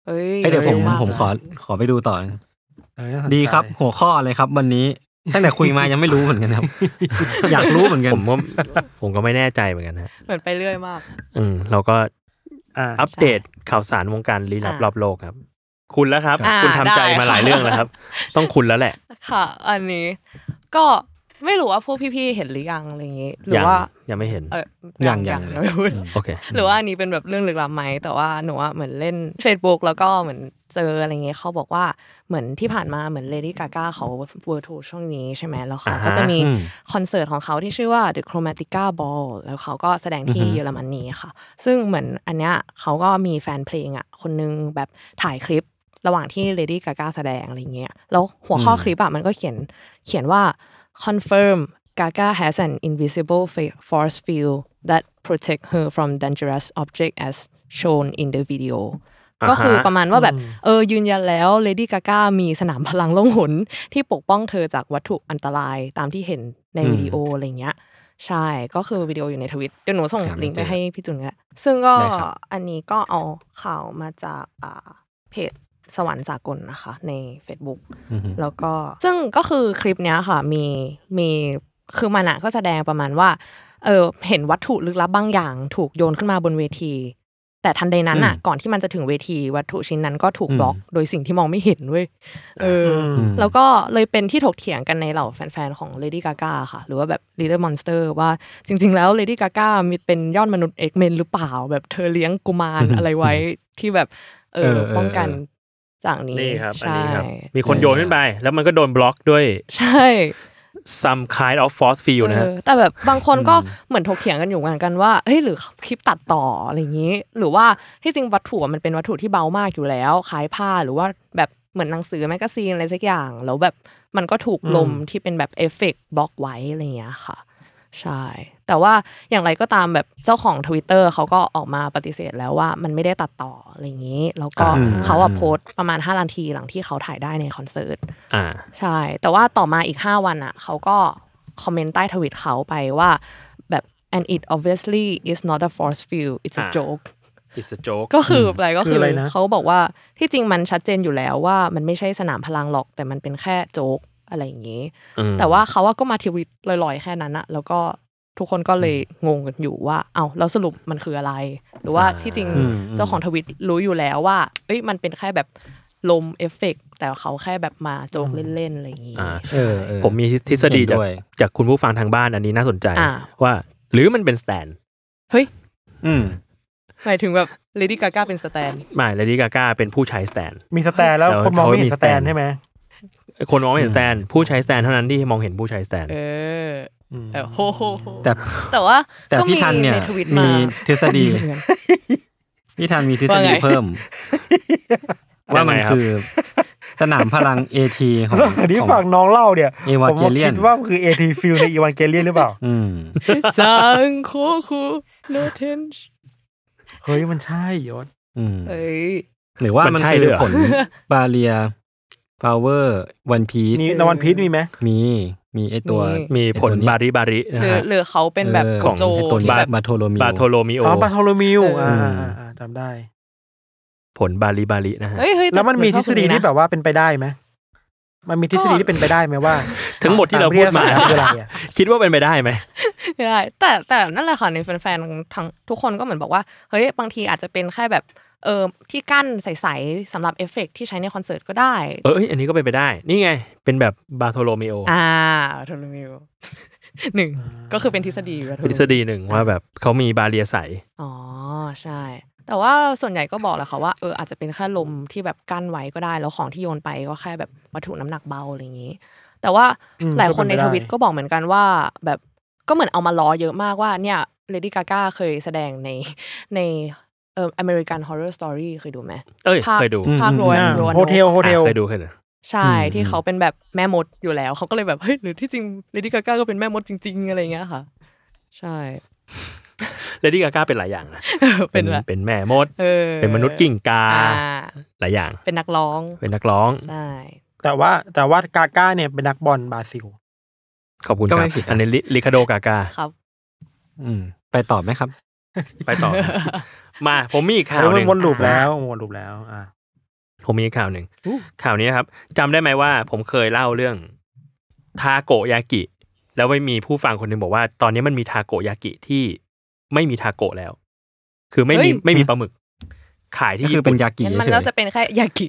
Speaker 4: เ อ้ย
Speaker 1: เอ้ยเดี๋ยวผม
Speaker 2: เยอะมาก
Speaker 1: ผมขอขอไปดูต่อนะ
Speaker 2: เออน่าสนใจ
Speaker 1: ดีครับ หัวข้ออะไรครับ วันนี้ตั้งแต่คุยมายังไม่รู้เหมือนกันครับ อยากรู้เหมือนกัน
Speaker 3: ผมก็ ผมก็ไม่แน่ใจเหมือนกันฮะ
Speaker 4: เหมือนไปเรื่อยมาก
Speaker 3: อืมเราก็
Speaker 2: อ่า
Speaker 3: อัปเดตข่าวสารวงการลี้ลับ
Speaker 4: อ่ะ
Speaker 3: รอบโลกครับ คุณแล้วครับ
Speaker 4: อ่า
Speaker 3: คุณทำใจ
Speaker 4: ได้
Speaker 3: มาหลาย
Speaker 4: ค่ะ
Speaker 3: เรื่องแล้วครับ ต้องคุณแล้วแหละ
Speaker 4: ค่ะ อันนี้ก็ไม่รู้ว่าพวกพี่ๆเห็นหรือยังอะไรอย่างงี้หรื
Speaker 3: ยั
Speaker 4: อว่า
Speaker 3: ยังไม่เห็น
Speaker 4: เออ
Speaker 1: ยังยัง
Speaker 4: ยังไม่พูด
Speaker 3: โอเค
Speaker 4: หรือว่าอันนี้เป็นแบบเรื่องลึกลับไหมแต่ว่าหนูว่าเหมือนเล่น Facebook แล้วก็เหมือนเจออะไรเงี้ยเขาบอกว่าเหมือนที่ผ่านมาเหมือนเลดี้กาก้าเขาเวอร์ทูช่วงนี้ใช่ไหมแล้วเขา
Speaker 3: อ่าฮะ
Speaker 4: ก็จะมี
Speaker 1: อืม
Speaker 4: คอนเสิร์ตของเขาที่ชื่อว่า The Chromatica Ball แล้วเขาก็แสดงที่
Speaker 3: อือฮึ
Speaker 4: เยอรมนีค่ะ ซึ่งเหมือนอันเนี้ยเขาก็มีแฟนเพลงอ่ะคนนึงแบบถ่ายคลิประหว่างที่เลดี้กาก้าแสดงอะไรเงี้ยแล้วหัวข้อคลิปอะมันก็เขียนเขียนว่า confirm Gaga has an invisible fa- force field that protect her from dangerous object as shown in the video
Speaker 3: อ่าฮะ
Speaker 4: ก็คือประมาณว่าแบบเออยืนยันแล้วเลดี้กาก้ามีสนามพลังล่องหนที่ปกป้องเธอจากวัตถุอันตรายตามที่เห็นในวิดีโออะไรเงี้ย ใช่ ก็คือวิดีโออยู่ในทวิตเดี๋ยวหนูส่ง
Speaker 1: ครับ
Speaker 4: ลิงก์
Speaker 1: เจ
Speaker 4: ไป
Speaker 1: อ
Speaker 4: ให้พี่จุนก็ได้ซึ่งก็
Speaker 1: ได้ครับ
Speaker 4: อันนี้ก็เอาข่าวมาจากอ่าเพจสวรรค์สากลนะคะ ใน Facebook
Speaker 1: อือฮึ
Speaker 4: แล้วก็ซึ่งก็คือคลิปเนี้ยค่ะมีมีคือมันอะก็แสดงประมาณว่าเออเห็นวัตถุลึกลับบางอย่าง ถูกโยนขึ้นมาบนเวที แต่ทันใดนั้นอะ
Speaker 1: อืม
Speaker 4: ก่อนที่มันจะถึงเวทีวัตถุชิ้นนั้นก็ถูก
Speaker 1: อืม
Speaker 4: บล็อกโดยสิ่งที่มองไม่เห็นเว้ยเอออ
Speaker 2: ม
Speaker 1: อืม
Speaker 4: แล้วก็เลยเป็นที่ถกเถียงกันในเหล่าแฟนๆ ของ Lady Gaga ค่ะ หรือว่าแบบ Little Monster ว่าจริงๆ แล้ว Lady Gaga มีเป็นยอดมนุษย์เอกเมนหรือเปล่า แบบเธอเลี้ยงกุมาร อะไรไว้ที่แบบ เอ
Speaker 1: เอ
Speaker 4: อ
Speaker 1: อเออ
Speaker 4: ป้องกันจากนี้
Speaker 3: นี่ครับ อัน
Speaker 4: ใช่
Speaker 3: นี้ครับ มีคนโยนขึ้นไป แล้วมันก็โดนบล็อกด้วย
Speaker 4: ใช่
Speaker 3: some kind of force field นะฮะ
Speaker 4: เออแต่แบบบางคนก็เหมือนถกเถียงกันอยู่เหมือนกันว่าเฮ้ยหรือคลิปตัดต่ออะไรอย่างนี้ หรือว่าที่จริงวัตถุอะมันเป็นวัตถุที่เบามากอยู่แล้วคล้ายผ้าหรือว่าแบบเหมือนหนังสือแมกกาซีนอะไรสักอย่าง แล้วแบบมันก็ถูกลม
Speaker 2: อืม
Speaker 4: ที่เป็นแบบเอฟเฟกต์บล็อกไว้อะไรอย่างเงี้ยค่ะ ใช่ แต่ว่าอย่างไรก็ตามแบบเจ้าของ Twitter เขาก็ออกมาปฏิเสธแล้วว่ามันไม่ได้ตัดต่ออะไรอย่างนี้ แล้วก็
Speaker 3: อ่า
Speaker 4: เขาอะโพสต์ประมาณ5นาทีหลังที่เขาถ่ายได้ในคอนเสิร์ต
Speaker 3: อ่า
Speaker 4: ใช่ แต่ว่าต่อมาอีก 5 วันอ่ะเขาก็คอมเมนต์ใต้ทวิตเขาไปว่าแบบ and it obviously is not a force field it's a
Speaker 3: อ่า
Speaker 4: joke
Speaker 3: it's a joke
Speaker 4: ก็คืออะไรก็
Speaker 2: คื
Speaker 4: คือ อ
Speaker 2: อะไรนะ
Speaker 4: เขาบอกว่าที่จริงมันชัดเจนอยู่แล้วว่ามันไม่ใช่สนามพลังหรอก แต่มันเป็นแค่โจ๊กอะไรอย่างนี้
Speaker 3: อืม
Speaker 4: แต่ว่าเขาว่าก็มาทวิตลอยๆ แค่นั้นอะแล้วก็ทุกคนก็เลยงงกันอยู่ว่า เอาแล้วสรุปมันคืออะไร หรือว่าที่จริง
Speaker 1: อืม
Speaker 4: เจ้าของทวิตรู้อยู่แล้วว่า เอ้ยมันเป็นแค่แบบลมเอฟเฟกต์แต่เขาแค่แบบมาโจกเล่นๆอะไรอย่างงี้
Speaker 3: อ่า
Speaker 1: เออเออ
Speaker 3: ผมมีทฤษฎีจา
Speaker 1: เห็น
Speaker 3: ก
Speaker 1: ด้วย
Speaker 3: จากคุณผู้ฟังทางบ้านอันนี้น่าสนใจ
Speaker 4: อ่า
Speaker 3: ว่า หรือมันเป็นสแตน
Speaker 4: เฮ้ย
Speaker 1: อืม
Speaker 4: หมายถึงแบบเลดี้กาก้าเป็นสแตน
Speaker 3: หมายเลดี้กาก้าเป็นผู้ใช้สแตน
Speaker 2: มีสแตนแล้ว
Speaker 3: แล้ว
Speaker 2: คนมองไม่เห็น
Speaker 3: เขามี
Speaker 2: สแตน
Speaker 3: สแตน
Speaker 2: ใช่ไหม
Speaker 3: คนมองไม่เห็นสแตน ผู้ใช้สแตนเท่านั้นที่มองเห็นผู้ใช้สแตน
Speaker 4: เออ
Speaker 2: อืม
Speaker 4: เออโหโหโห
Speaker 1: แต่
Speaker 4: แต่ว่า
Speaker 1: แต่
Speaker 4: ก็
Speaker 1: พี่
Speaker 4: มี
Speaker 1: ทันเนี่ย
Speaker 4: ในทวิตมา
Speaker 1: มี
Speaker 4: ม
Speaker 1: ทฤษฎี
Speaker 4: เหมือนกัน
Speaker 1: พี่ทันมีทฤษ
Speaker 4: ว่า
Speaker 1: ฎี
Speaker 4: ไง
Speaker 1: เพิ่ม ว่ามัน
Speaker 3: ยังไงครับ
Speaker 1: คือ สนามพลังเอที ของ
Speaker 2: เรื่องอันนี้
Speaker 1: ของ
Speaker 2: ฝั่งน้องเล่าเนี่ย ผมก็
Speaker 1: Evangelion
Speaker 2: คิดว่ามันคือเอทีฟิลในอีวานเกเลียนหรือเปล่า
Speaker 1: อืม
Speaker 4: สังโคคูโนเทนช์
Speaker 2: เฮ้ยมันใช่ยศ
Speaker 1: อืม
Speaker 4: เอ้ย
Speaker 1: หรือว่า
Speaker 3: มั
Speaker 1: มัน
Speaker 3: นใช่
Speaker 1: คื
Speaker 3: ด้ว
Speaker 1: อย
Speaker 3: เหรอ
Speaker 1: ผลบาเรียพาวเวอร์วันพีซ
Speaker 2: นี่นวันพีชมีไหม
Speaker 1: มีมีไอตัว
Speaker 4: มี
Speaker 3: มีผล
Speaker 1: ไอ้ตัวนี้
Speaker 3: บาริบาริ
Speaker 4: ห
Speaker 3: นะ
Speaker 4: รือ
Speaker 3: ฮะ
Speaker 4: หรือเขาเป็นแบบ
Speaker 1: ออ
Speaker 4: ของโจ
Speaker 1: ไอ้ตัว
Speaker 4: ที่
Speaker 1: บา
Speaker 4: แบบ
Speaker 1: บาโทโลมิว
Speaker 3: บาโทโลมิโอ
Speaker 2: อ๋อบาโทโลมิว
Speaker 4: เอออ่
Speaker 1: อืม
Speaker 2: อ่าอ่าอ่าจำได้
Speaker 3: ผลบาริบารินะฮะ
Speaker 4: เฮ้ยเฮ้ยต่
Speaker 2: แล้วมันมีทฤษฎีที่
Speaker 4: เหอเขาคนนี้นะ
Speaker 2: แบบว่าเป็นไปได้ไหมมันมีทฤษฎีที่เป็นไปได้ไหมว่า
Speaker 3: ทั้งหมดที่เราพูดมา
Speaker 2: ตวิทยศสตร์คืออะไรอะ
Speaker 3: คิดว่าเป็นไปได้ไหม
Speaker 4: ไม่ได้แต่แต่นั่นแหละค่ะในแฟนๆทั้งทุกคนก็เหมือนบอกว่าเฮ้ยบางทีอาจจะเป็นแค่แบบเออที่กั้นใสๆสำหรับเอฟเฟกต์ที่ใช้ในคอนเสิร์ตก็ได้
Speaker 3: เอ้ย อันนี้ก็เป็นไปได้ นี่ไง เป็นแบบบาโทโลมิโอ
Speaker 4: อ่าโทรมิวหนึ่งก็คือเป็นทฤษฎีอยู่แล้ว
Speaker 3: ทฤษฎีหนึ่งว่าแบบเขามีบาเรียใส
Speaker 4: อ๋อใช่ แต่ว่าส่วนใหญ่ก็บอกแหละค่ะว่าเอออาจจะเป็นแค่ลมที่แบบกั้นไว้ก็ได้ แล้วของที่โยนไปก็แค่แบบวัตถุน้ำหนักเบาอะไรอย่างนี้ แต่ว่า
Speaker 2: อืม
Speaker 4: หลายคนใน
Speaker 2: ก็เป็นไปได้
Speaker 4: ทวิตก็บอกเหมือนกันว่า แบบก็เหมือนเอามาล้อเยอะมากว่าเนี่ยเลดี้กาก้าเคยแสดงในในเอ่ออเมริกันฮอร์เรอร์สตอรี่เคยดูไหม
Speaker 3: เอ้ย
Speaker 4: ภาพ
Speaker 3: เคยดู
Speaker 1: อืม
Speaker 4: ภาคโรย
Speaker 2: อ่า
Speaker 4: โรน
Speaker 2: โฮเทลโฮเทล
Speaker 3: อ่ะเคยดูเคยดู
Speaker 4: ใช่
Speaker 1: อืม
Speaker 4: ที่เขาเป็นแบบแม่มดอยู่แล้ว เขาก็เลยแบบเฮ้ยหรือที่จริงเลดี้กาก้าก็เป็นแม่มดจริง ๆ อะไรอย่างเงี้ยค่ะ ใช่
Speaker 3: เลดี้กาก้าเป็นหลายอย่างนะ
Speaker 4: เป็นแบบ
Speaker 3: เป็นแม่มด
Speaker 4: เออ
Speaker 3: เป็นมนุษย์กิ่งกา
Speaker 4: อ่า
Speaker 3: หลายอย่าง
Speaker 4: เป็นนักร้อง
Speaker 3: เป็นนักร้อง
Speaker 4: ใช่
Speaker 2: แต่ว่าแต่ว่ากาก้าเนี่ยเป็นนักบอลบราซิล
Speaker 3: ขอบคุณ
Speaker 1: ก็
Speaker 3: ค
Speaker 1: ไม่
Speaker 3: รับ
Speaker 1: ผิดนะ
Speaker 3: อันนี้ลิลิคาโดกาก้า
Speaker 4: ครับ
Speaker 1: อืม ไปต่อไหมครับ
Speaker 3: ไปต่อ มา ผมมีอีกข่า
Speaker 2: เอ
Speaker 3: ว
Speaker 2: อมั
Speaker 3: ห
Speaker 2: น
Speaker 3: นึ่ง
Speaker 2: วนลูปแล้ววนลูปแล้ว อ่ะ
Speaker 3: ผมมีข่าวหนึ่งข่าวนี้นะครับจำได้ไหมว่าผมเคยเล่าเรื่องทาโกยากิ แล้วไม่มีผู้ฟังคนหนึงบอกว่า ตอนนี้มันมีทาโกยากิที่ไม่มีทาโกะแล้ว คือไม่มี
Speaker 4: เฮ้ย
Speaker 3: ไม่มีปลาหมึก ขายที่
Speaker 1: ก็คือ
Speaker 3: ญี่
Speaker 1: เป็
Speaker 3: ปุ่
Speaker 1: น
Speaker 3: น
Speaker 1: ยากิ
Speaker 4: งั้นมัน
Speaker 1: เฉ
Speaker 4: ก็
Speaker 1: ย
Speaker 4: จะเป็นแค่ยากิ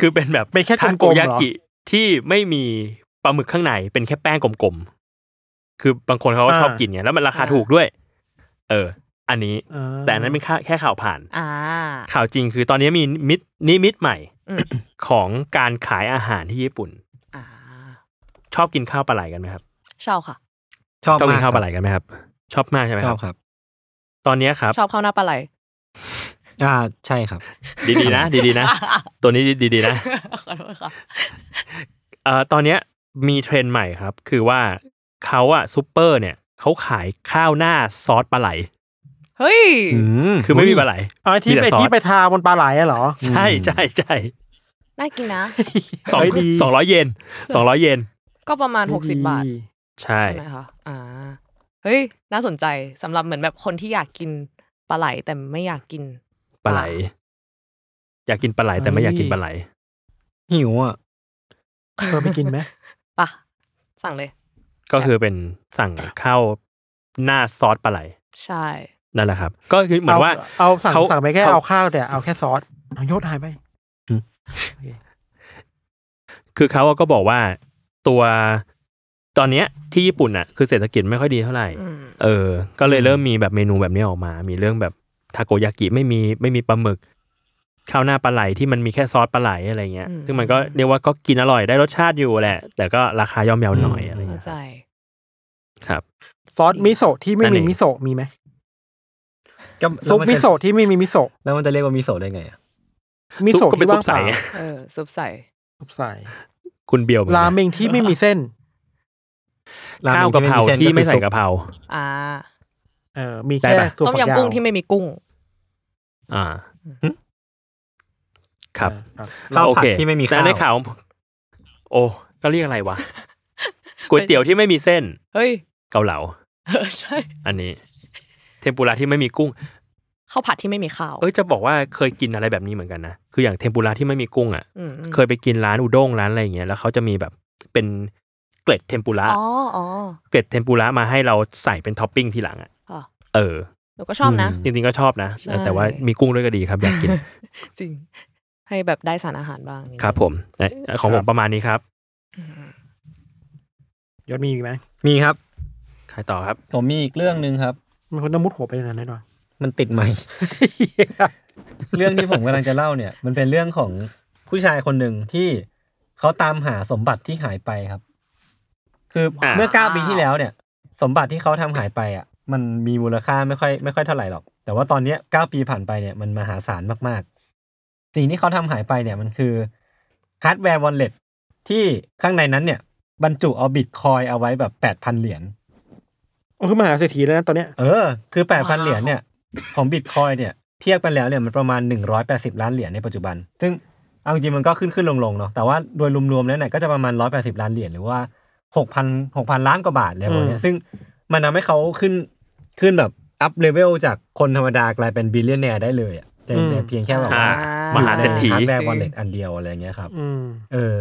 Speaker 3: คือเป็นแบบ
Speaker 2: เป็นแค่กล
Speaker 3: ทาม
Speaker 2: ๆ
Speaker 3: โกยา
Speaker 2: เหรอ
Speaker 3: กิที่ไม่มีปลาหมึกข้างใน เป็นแค่แป้งกลมๆคือบางคนเขาก็ชอบกินไงแล้วมันราคาถูกด้วย เออ อันนี้
Speaker 2: อ่า
Speaker 3: แต่อันนั้นเป็นแค่ข่าวผ่าน
Speaker 4: อ่า
Speaker 3: ข่าวจริงคือตอนนี้มีมิตนิมิตใหม่
Speaker 4: อืม
Speaker 3: ของการขายอาหารที่ญี่ปุ่น
Speaker 4: อ่า
Speaker 3: ชอบกินข้าวปลาไหลกันไหมครับ
Speaker 4: ชอบค่ะ
Speaker 1: ๆชอบ
Speaker 3: ชอบ
Speaker 1: มา
Speaker 3: กิ
Speaker 1: ก
Speaker 3: นข้าวปลาไหลกันไหมครับ ชอบมากใช่ไหม
Speaker 1: ช
Speaker 3: ค
Speaker 1: อ
Speaker 3: รั
Speaker 1: บบ ครับ
Speaker 3: ตอนนี้ครับ
Speaker 4: ชอบข้าวหน้าปลาไหล
Speaker 1: อ่าใช่ครับ
Speaker 3: ดีๆนะ ดีๆนะ ตัวนี้ดีๆนะ
Speaker 4: ขอโทษค่ะ
Speaker 3: เอ่อตอนเนี้ยมีเทรนด์ใหม่ครับ คือว่าเขาอะซูเปอร์เนี่ยเขาขายข้าวหน้าซอสปลาไหล
Speaker 4: เฮ้ย
Speaker 1: อืม
Speaker 3: คือไม่มีปลาไหล
Speaker 2: อ๋อที่ไป
Speaker 3: มีแต่ซอส
Speaker 2: ที่ไปทาบนปลาไหลอะเหรอ
Speaker 3: ใช่ใช่ใช่
Speaker 4: น่ากินนะ
Speaker 3: สอง
Speaker 2: เฮ้ยดี
Speaker 3: สองร้อยเยนสองร้อยเยน
Speaker 4: ก็ประมาณ
Speaker 2: ไม่
Speaker 4: 60
Speaker 2: ดี
Speaker 4: บาท
Speaker 3: ใช่
Speaker 4: ใช่ไหมคะ อ่า เฮ้ย น่าสนใจสำหรับเหมือนแบบคนที่อยากกินปลาไหลแต่ไม่อยากกิน
Speaker 3: ปลาไหล อยากกินปลาไหลแต่ไม่อยากกินปลาไหล
Speaker 1: หิวอ่ะ
Speaker 2: เออไปกินไหม
Speaker 4: ปะสั่งเลย
Speaker 3: ก็คือเป็นสั่งข้าวหน้าซอสปลาไหล
Speaker 4: ใช่
Speaker 3: นั่นแหละครับ ก็คือเหมือนว่า
Speaker 2: เอาสั่ง
Speaker 3: เขา
Speaker 2: สั่งไปแค่
Speaker 3: เขา
Speaker 2: เอาข้าวแต่เอาแค่ซอสเอายศหายไป
Speaker 3: คือเขาก็บอกว่าตัวตอนเนี้ยที่ญี่ปุ่นอ่ะคือเศรษฐกิจไม่ค่อยดีเท่าไหร่
Speaker 4: อืม
Speaker 3: เออ ก็เลยเริ่มมีแบบเมนูแบบนี้ออกมา มีเรื่องแบบทาโกยากิไม่มีไม่มีปลาหมึก ข้าวหน้าปลาไหลที่มันมีแค่ซอสปลาไหลอะไรเงี้ย
Speaker 4: อืม
Speaker 3: ซึ่งมันก็เรียกว่าก็กินอร่อยได้รสชาติอยู่แหละ แต่ก็ราคาย่อมเยาหน่อย
Speaker 1: อืม
Speaker 3: อะไร
Speaker 4: เข้า
Speaker 3: เงี้ย
Speaker 4: ใจ
Speaker 3: ครับ
Speaker 2: ซอสมิโซะที่ไม่
Speaker 3: นั่นเอ
Speaker 2: มี
Speaker 3: ง
Speaker 2: มิโซะมีไหม
Speaker 1: ก็
Speaker 2: ซุปมิโซะที่ไม่มีมิโซะ
Speaker 1: แล้วมันจะเรียกว่ามิโซะได้ไงอะ
Speaker 2: มิ
Speaker 3: ซุป
Speaker 2: โซะ
Speaker 3: ก็เป็
Speaker 2: ที่
Speaker 3: นซุ
Speaker 2: ว่าง
Speaker 3: ป
Speaker 2: เป
Speaker 3: ใส
Speaker 2: ล่า
Speaker 4: เออ ซุปใส่
Speaker 2: ซุปใส
Speaker 3: คุณเบียวเหมือน
Speaker 2: รา
Speaker 3: กัน
Speaker 2: เมงที่ไม่มีเส้น
Speaker 1: ม
Speaker 3: ข้าว
Speaker 1: ง
Speaker 3: กะเพราที่ไม่ใส่
Speaker 1: ซุป
Speaker 3: กะเพรา
Speaker 4: อ่า
Speaker 2: เออมี
Speaker 3: ได้
Speaker 2: แค่
Speaker 3: ปะ
Speaker 2: ส่วน
Speaker 4: ต้ม
Speaker 2: ฝักยาวย
Speaker 4: ำกุ้งที่ไม่มีกุ้ง
Speaker 3: อ่า ครับ
Speaker 2: ครับ
Speaker 1: ข้าว
Speaker 3: โอ
Speaker 1: ผัด
Speaker 3: เค
Speaker 1: ที่ไม่มี
Speaker 3: แต่
Speaker 1: ข้าว
Speaker 3: ในข่าวโอ้ก็เรียกอะไรวะ ก๋วยเตี๋ยวที่ไม่มีเส้น
Speaker 4: เฮ้ย
Speaker 3: เกาเหลา
Speaker 4: เออ ใช่
Speaker 3: อันนี้ เทมปุระที่ไม่มีกุ้ง
Speaker 4: ข้าวผัดที่ไม่มีข้าว
Speaker 3: เอ้ยจะบอกว่าเคยกินอะไรแบบนี้เหมือนกันนะ คืออย่างเทมปุระที่ไม่มีกุ้งอ่ะ
Speaker 4: อืมอืม
Speaker 3: เคยไปกินร้านอุด้งร้านอะไรอย่างเงี้ย แล้วเขาจะมีแบบเป็นเกล็ดเทมปุระ
Speaker 4: อ๋ออ๋อ
Speaker 3: เกล็ดเทมปุระมาให้เราใส่เป็นท็อปปิ้งทีหลังอ่ะ
Speaker 4: อ๋อ
Speaker 3: เออ
Speaker 4: หนูก็ชอบนะ
Speaker 3: จริงๆก็ชอบนะ
Speaker 4: ใช่
Speaker 3: แต่ว่ามีกุ้งด้วยก็ดีครับอยากกิน
Speaker 4: จริง ให้แบบได้สารอาหารบ้างนิดนึง
Speaker 3: ครับ ผมเอ้ยของผมประมาณนี้ครับ
Speaker 4: อืม
Speaker 2: ยศมีอีกไหม
Speaker 1: มีครับ
Speaker 3: ใครต่อครับ
Speaker 1: ผมมีอีกเรื่องหนึ่งครับ
Speaker 2: มันคนต้องมุดหัวไปอย่างนั้นแน่นอน
Speaker 1: มันติดไหมค์ เรื่องที่ผมกำลังจะเล่าเนี่ย มันเป็นเรื่องของผู้ชายคนหนึ่งที่เขาตามหาสมบัติที่หายไปครับ คือ
Speaker 3: อ่า
Speaker 1: เมื่อเก้าปีที่แล้วเนี่ย สมบัติที่เขาทำหายไปอ่ะ มันมีมูลค่าไม่ค่อยไม่ค่อยเท่าไหร่หรอก แต่ว่าตอนเนี้ยเก้าปีผ่านไปเนี่ยมันมหาศาลมากๆ สิ่งที่เขาทำหายไปเนี่ยมันคือฮาร์ดแวร์วอลเล็ตที่ข้างในนั้นเนี่ย บรรจุเอาบิตคอยเอาไว้แบบแปดพันเหรียญ
Speaker 2: โอ้คือมหาเศรษฐีแล้วนะตอนเนี้ย
Speaker 1: เออ คือแปดพั
Speaker 4: ว้าน ว
Speaker 1: เหรียญเนี่ย ของบิตคอยเนี่ยเทียบกันแล้วเนี่ยมันประมาณหนึ่งร้อยแปดสิบล้านเหรียญในปัจจุบัน ซึ่งเอาจริงมันก็ขึ้นขึ้นลงลงๆเนาะ แต่ว่าโดยรวมๆแล้วเนี่ยก็จะประมาณร้อยแปดสิบล้านเหรียญหรือว่าหกพันหกพันล้านกว่าบาทอะไรประมาณเนี้ยซึ่งมันทำให้เขาขึ้นขึ้นแบบอัพเลเวลจากคนธรรมดากลายเป็นบิลเลียนแนร์ได้เลยอะในในเพียงแค่แบบว่า
Speaker 3: อ่า มหาเศรษฐี
Speaker 1: ฮาร์ดแวร์วอลเล็ตอันเดียวอะไรอย่างเงี้ยครับ
Speaker 2: อืม
Speaker 1: เออ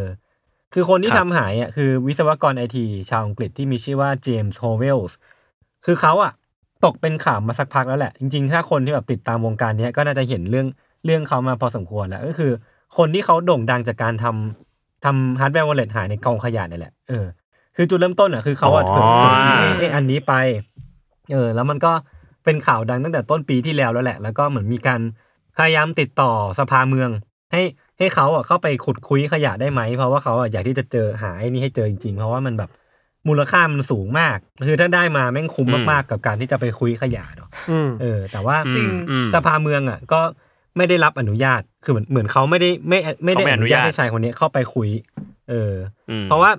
Speaker 1: คือคนที่
Speaker 3: ครั
Speaker 1: ทำ
Speaker 3: บ
Speaker 1: หายอ่ะคือวิศวกรไอที ชาวอังกฤษที่มีชื่อว่าเจมส์โฮเวลส์คือเขาอ่ะ ตกเป็นข่าวมาสักพักแล้วแหละ จริงๆ ถ้าคนที่แบบติดตามวงการเนี้ยก็น่าจะเห็นเรื่องเรื่องเขามาพอสมควรแล้ว ก็คือ คนที่เขาโด่งดังจากการทำทำฮาร์ดแวร์วอลเล็ตหายในกองขยะเนี่ยแหละเออคือจุดเริ่มต้นอ่ะคือเขาอ่ะเถิดเถิดไอ้ไอ้อันนี้ไป เออ แล้วมันก็เป็นข่าวดังตั้งแต่ต้นปีที่แล้วแล้วแหละ แล้วก็เหมือนมีการพยายามติดต่อสภาเมือง ให้ให้เขาอ่ะเข้าไปขุดคุยขยะได้ไหม เพราะว่าเขาอ่ะอยากที่จะเจอหาไอ้นี่ให้เจอจริงๆ เพราะว่ามันแบบมูลค่ามันสูงมาก คือถ้าได้มาแม่งคุ้ม
Speaker 3: อืม
Speaker 1: มากๆกับการที่จะไปคุยขยะเนาะ
Speaker 2: อืม
Speaker 1: เออ แต่ว่า
Speaker 3: อืมอืม
Speaker 1: สภาเมืองอ่ะ ก็ไม่ได้รับอนุญาตคือเหมือนเหมือนเขาไม่ได้ไม่ไม่ได้
Speaker 3: เขา
Speaker 1: อ
Speaker 3: ไม่อนุ
Speaker 1: นุ
Speaker 3: ญา
Speaker 1: ญา
Speaker 3: ต
Speaker 1: ตให้ชายคนนี้เข้าไปคุย เออ
Speaker 3: อืม
Speaker 1: เพราะว่า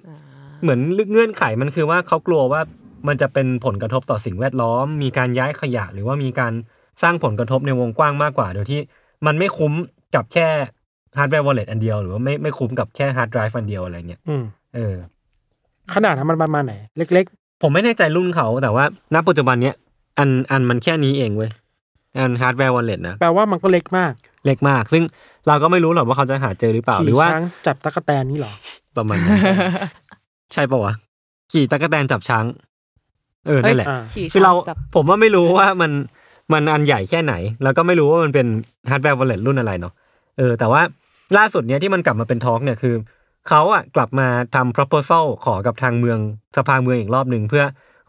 Speaker 1: เหมือนเงื่อนไขมันคือว่าเขากลัวว่ามันจะเป็นผลกระทบต่อสิ่งแวดล้อม มีการย้ายขยะ หรือว่ามีการสร้างผลกระทบในวงกว้างมากกว่า โดยที่มันไม่คุ้มกับแค่ฮาร์ดแวร์วอลเล็ตอันเดียว หรือว่าไม่ไม่คุ้มกับแค่ฮาร์ดไดรฟ์อันเดียวอะไรเงี้ย
Speaker 2: อืม
Speaker 1: เออ
Speaker 2: ขนาดนั้นมันประมาณไหน เล็ก
Speaker 1: ผมไม่แน่ใจรุ่นเขาแต่ว่าณปัจจุบันเนี้ยอันอันมันแค่นี้เองเว้ยอันฮาร์ดแวร์วอลเล็ตนะ
Speaker 2: ๆ แปลว่ามันก็เล็กมาก
Speaker 1: เล็กมาก ซึ่ง เราก็ไม่รู้หรอกว่าเขาจะหาเจอหรือเปล่าหรือว่า
Speaker 2: ขี่ช้งจับตะกแตนนี่เหรอ
Speaker 1: ประมาณนั้น ใช่ปะวะขี่ตะกแตนจับช้าง เออนั่นแหละ
Speaker 2: เอ้ย
Speaker 4: ขี่
Speaker 1: คือเรา
Speaker 4: ช้างจับ
Speaker 1: ผมว่าไม่รู้ว่ามันมันอันใหญ่แค่ไหน แล้วก็ไม่รู้ว่ามันเป็นฮาร์ดแวร์วอลเล็ตรุ่นอะไรเนาะเออแต่ว่าล่าสุดเนี้ยที่มันกลับมาเป็นทอล์กเนี่ยคือ เขาอะกลับมาทำ proposal ขอกับทางเมืองสภาเมืองอีกรอบหนึ่งเพื่อ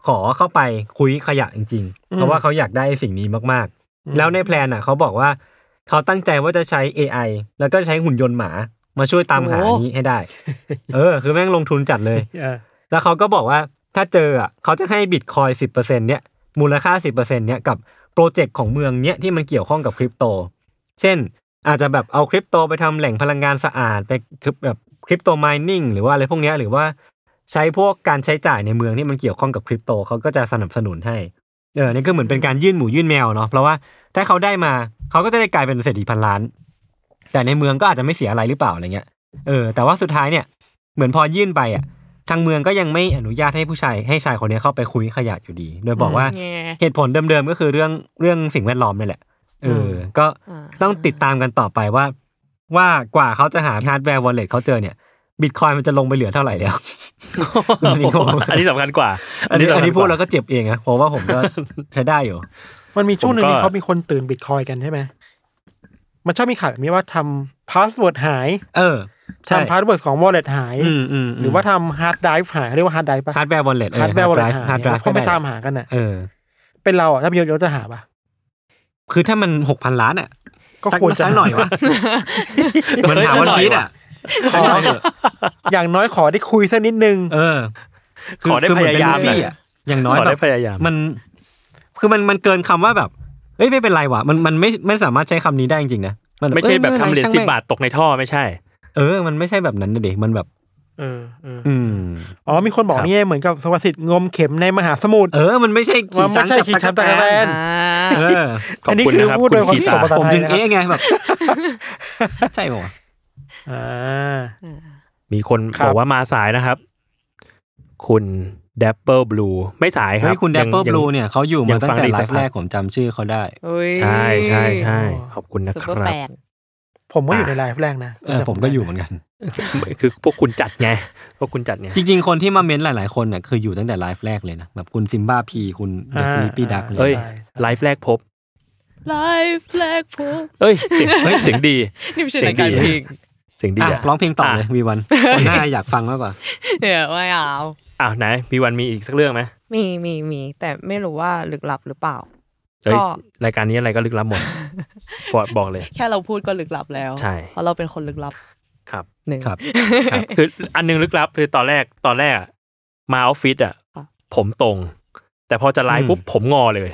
Speaker 1: ขอเข้าไปคุยขยะจริงๆ
Speaker 2: อืม
Speaker 1: เพราะว่าเขาอยากได้สิ่งนี้มากๆ แล้วในแพลนอะเขาบอกว่า เขาตั้งใจว่าจะใช้ AI แล้วก็ใช้หุ่นยนต์หมามาช่วยตามหาอันนี้ให้ ได้ เออ คือแม่งลงทุนจัดเลย
Speaker 2: เออ
Speaker 1: แล้วเขาก็บอกว่าถ้าเจออ่ะเขาจะให้บิตคอยสิบเปอร์เซ็นเนี้ยมูลค่าสิบเปอร์เซ็นเนี้ยกับโปรเจกต์ของเมืองเนี้ยที่มันเกี่ยวข้องกับคริปโต เช่น อาจจะแบบเอาคริปโตไปทำแหล่งพลังงานสะอาดไปคริปแบบคริปโตม i นิ่งหรือว่าอะไรพวกเนี้ยหรือว่าใช้พวกการใช้จ่ายในเมืองที่มันเกี่ยวข้องกับคริปโตเขาก็จะสนับสนุนให้เออนี่ก็เหมือนเป็นการยื่นหมูยื่นแมวเนาะเพราะว่าถ้าเขาได้มาเขาก็จะได้กลายเป็นเศรษฐีพันล้าน แต่ในเมืองก็อาจจะไม่เสียอะไรหรือเปล่าอะไรเงี้ยเออแต่ว่าสุดท้ายเนี่ยเหมือนพอยื่นไปอ่ะ ทางเมืองก็ยังไม่อนุญาตให้ผู้ชายให้ชายคนนี้เข้าไปคุยขยะอยู่ดี โดยบอกว่า
Speaker 4: แง่
Speaker 1: เหตุผลเดิมๆก็คือเรื่องเรื่องสิ่งแวดล้อมนี่แหละ เออ ก็
Speaker 4: อ่า
Speaker 1: ต้องติดตามกันต่อไปว่า ว่ากว่าเขาจะหาฮาร์ดแวร์วอลเล็ตเขาเจอเนี่ยบิตคอยมันจะลงไปเหลือเท่าไหร่แล้ว อันนี้ผม
Speaker 3: อันนี้สำคัญกว่า
Speaker 1: อันนี้อันนี้พูดแล้วก็เจ็บเองนะผมว่า ผมก็ใช้ได้อยู่
Speaker 2: มันมีช่วงหนึ่ง
Speaker 3: ผมก็
Speaker 2: ที่เขามีคนตื่นบิตคอยกันใช่ไหมมันชอบมีข่าวแบบนี้ว่าทำพาสเวิร์ดหาย
Speaker 1: เออ ใช่
Speaker 2: ทำพาสเวิร์ดของวอลเล็ตหาย
Speaker 1: อืมอืม
Speaker 2: หรือว่าทำฮาร์ดไดรฟ์หายเรียกว่าฮาร์ดไดรฟ์ปะ
Speaker 1: ฮาร์ดแวร์วอลเล็ต
Speaker 2: ฮาร์ดแวร์วอลเล็ต
Speaker 1: ฮา
Speaker 2: หา
Speaker 1: ร์
Speaker 2: ย
Speaker 1: ดแวร์
Speaker 2: เขาไปตามหากันน่ะ
Speaker 1: เออ
Speaker 2: เป็นเราอ่ะถ้ามียศจะหาปะ
Speaker 1: คือถ้ามันหกพันล้านอ่ะ
Speaker 2: ก็ควรจะ
Speaker 1: สักหน่อ ยวะเหมือนหาวันพีชอ่ะขอหน่อยเถอะ
Speaker 2: อย่างน้อยขอได้คุยสักนิดนึง
Speaker 1: เออคื
Speaker 3: ขอได้
Speaker 1: คืเหน
Speaker 3: พยายาม
Speaker 1: เป็นฟี่อะอย่างน้อย
Speaker 3: ขอ
Speaker 1: แบ
Speaker 3: ได้
Speaker 1: บ
Speaker 3: พยายาม
Speaker 1: นคือมันมันเกินคำว่าแบบเอ้ยไม่เป็นไรว่ะมันมันไม่ไม่สามารถใช้คำนี้ได้จริงๆนะน
Speaker 3: ไม่ใช่
Speaker 1: อ้ย
Speaker 3: แบบ
Speaker 1: ป็น
Speaker 3: ทำเหรียญ
Speaker 1: ช่ง
Speaker 3: สิบ
Speaker 1: แม่ง
Speaker 3: บาทตกในท่อไม่ใช่
Speaker 1: เออ มันไม่ใช่แบบนั้นนะเด็กมันแบบ
Speaker 2: เออเออ
Speaker 1: อืม
Speaker 2: อ๋อมีคนบอก
Speaker 3: ครับ
Speaker 2: นี่ไงเหมือนกับสวัสดิตงมเข็มในมหาสมุทร
Speaker 1: เออ มันไม่ใช่ขี่
Speaker 2: มันไม่
Speaker 1: ช้าง
Speaker 2: ใช่ขี่
Speaker 1: จับ
Speaker 2: ช้างจับตะ
Speaker 1: ตะ
Speaker 2: ก
Speaker 1: ก
Speaker 2: ร้า
Speaker 1: ร้า
Speaker 4: อ่า
Speaker 1: เออ
Speaker 3: ข
Speaker 2: อั
Speaker 3: อบคุณนะครับ
Speaker 2: นนี้คือพูดโดย
Speaker 3: คุณกี
Speaker 2: ความที่ต
Speaker 3: ตา
Speaker 2: ก
Speaker 1: ผมถึง
Speaker 2: ภาษาไทยนะ
Speaker 1: เอ๊ะไงแบบ ใช่ป่าวะ
Speaker 2: อ่า
Speaker 3: มีคน
Speaker 2: ครับ
Speaker 3: บอกว่ามาสายนะครับ คุณแดปเปิลบลูไม่สายครั
Speaker 1: เฮ้
Speaker 3: บ
Speaker 1: ยคุณแดปเปิล
Speaker 3: ยัง
Speaker 1: บลูเนี่ยเขาอยู่
Speaker 3: ยั
Speaker 1: มาง ตั้ง
Speaker 3: ฟัง
Speaker 1: แต่
Speaker 3: ดี
Speaker 1: ไล
Speaker 3: สัก
Speaker 1: ฟ์
Speaker 3: พัก
Speaker 1: แรกผมจำชื่อเขาได้
Speaker 4: เอ้ย
Speaker 3: ใช่ใช่ใช่ขอบคุณนะ
Speaker 4: ซุป
Speaker 3: ค
Speaker 4: เปอ
Speaker 3: รั
Speaker 4: ร์แฟ
Speaker 3: บ
Speaker 4: น
Speaker 2: ผมก็อยู่ในไลฟ์แรกนะ
Speaker 1: เออผมก็อยู่เหมือนกัน
Speaker 3: คือพวกคุณจัดไงพวกคุณจัดไง
Speaker 1: จริงๆ คนที่มาเม้นหลาย ๆ คนเนี่ยคืออยู่ตั้งแต่ไลฟ์แรกเลยนะแบบคุณซิมบ้าพีคุณเด
Speaker 2: อ่า
Speaker 1: สนีปีดัก
Speaker 2: า
Speaker 3: เอ้ยไลฟ์แรกพบ
Speaker 4: ไลฟ์แรกพบ
Speaker 3: เอ้ยเสียงเฮ้ยเสียงดี
Speaker 4: นี่ไม่ใช่รายการเพลง
Speaker 3: เสียงดี
Speaker 1: อ่ะ
Speaker 3: อะ
Speaker 1: ร้องเพลงต่อเลยวีวันหน้าอยากฟังมากกว่า
Speaker 4: เดี๋ยวไม่เอา
Speaker 3: อ้าวไหนมีวันมีอีกสักเรื่องไหม
Speaker 4: มีมีมี แต่ไม่รู้ว่าลึกลับหรือเปล่า
Speaker 3: เอ้ย
Speaker 4: ก็
Speaker 3: รายการนี้อะไรก็ลึกลับ หมดบอกบอกเลย
Speaker 4: แค่เราพูดก็ลึกลับแล้ว
Speaker 3: ใช่
Speaker 4: เพราะเราเป็นคนลึกลับ
Speaker 3: ครับ
Speaker 4: หนึ่ง
Speaker 1: ครับ
Speaker 3: ครับ คืออันนึงลึกลับคือตอนแรกตอนแรกอะมาออฟฟิศอ่ะ
Speaker 4: ค่ะ
Speaker 3: ผมตรง แต่พอจะไลฟ์ปุ๊บผมงอเลย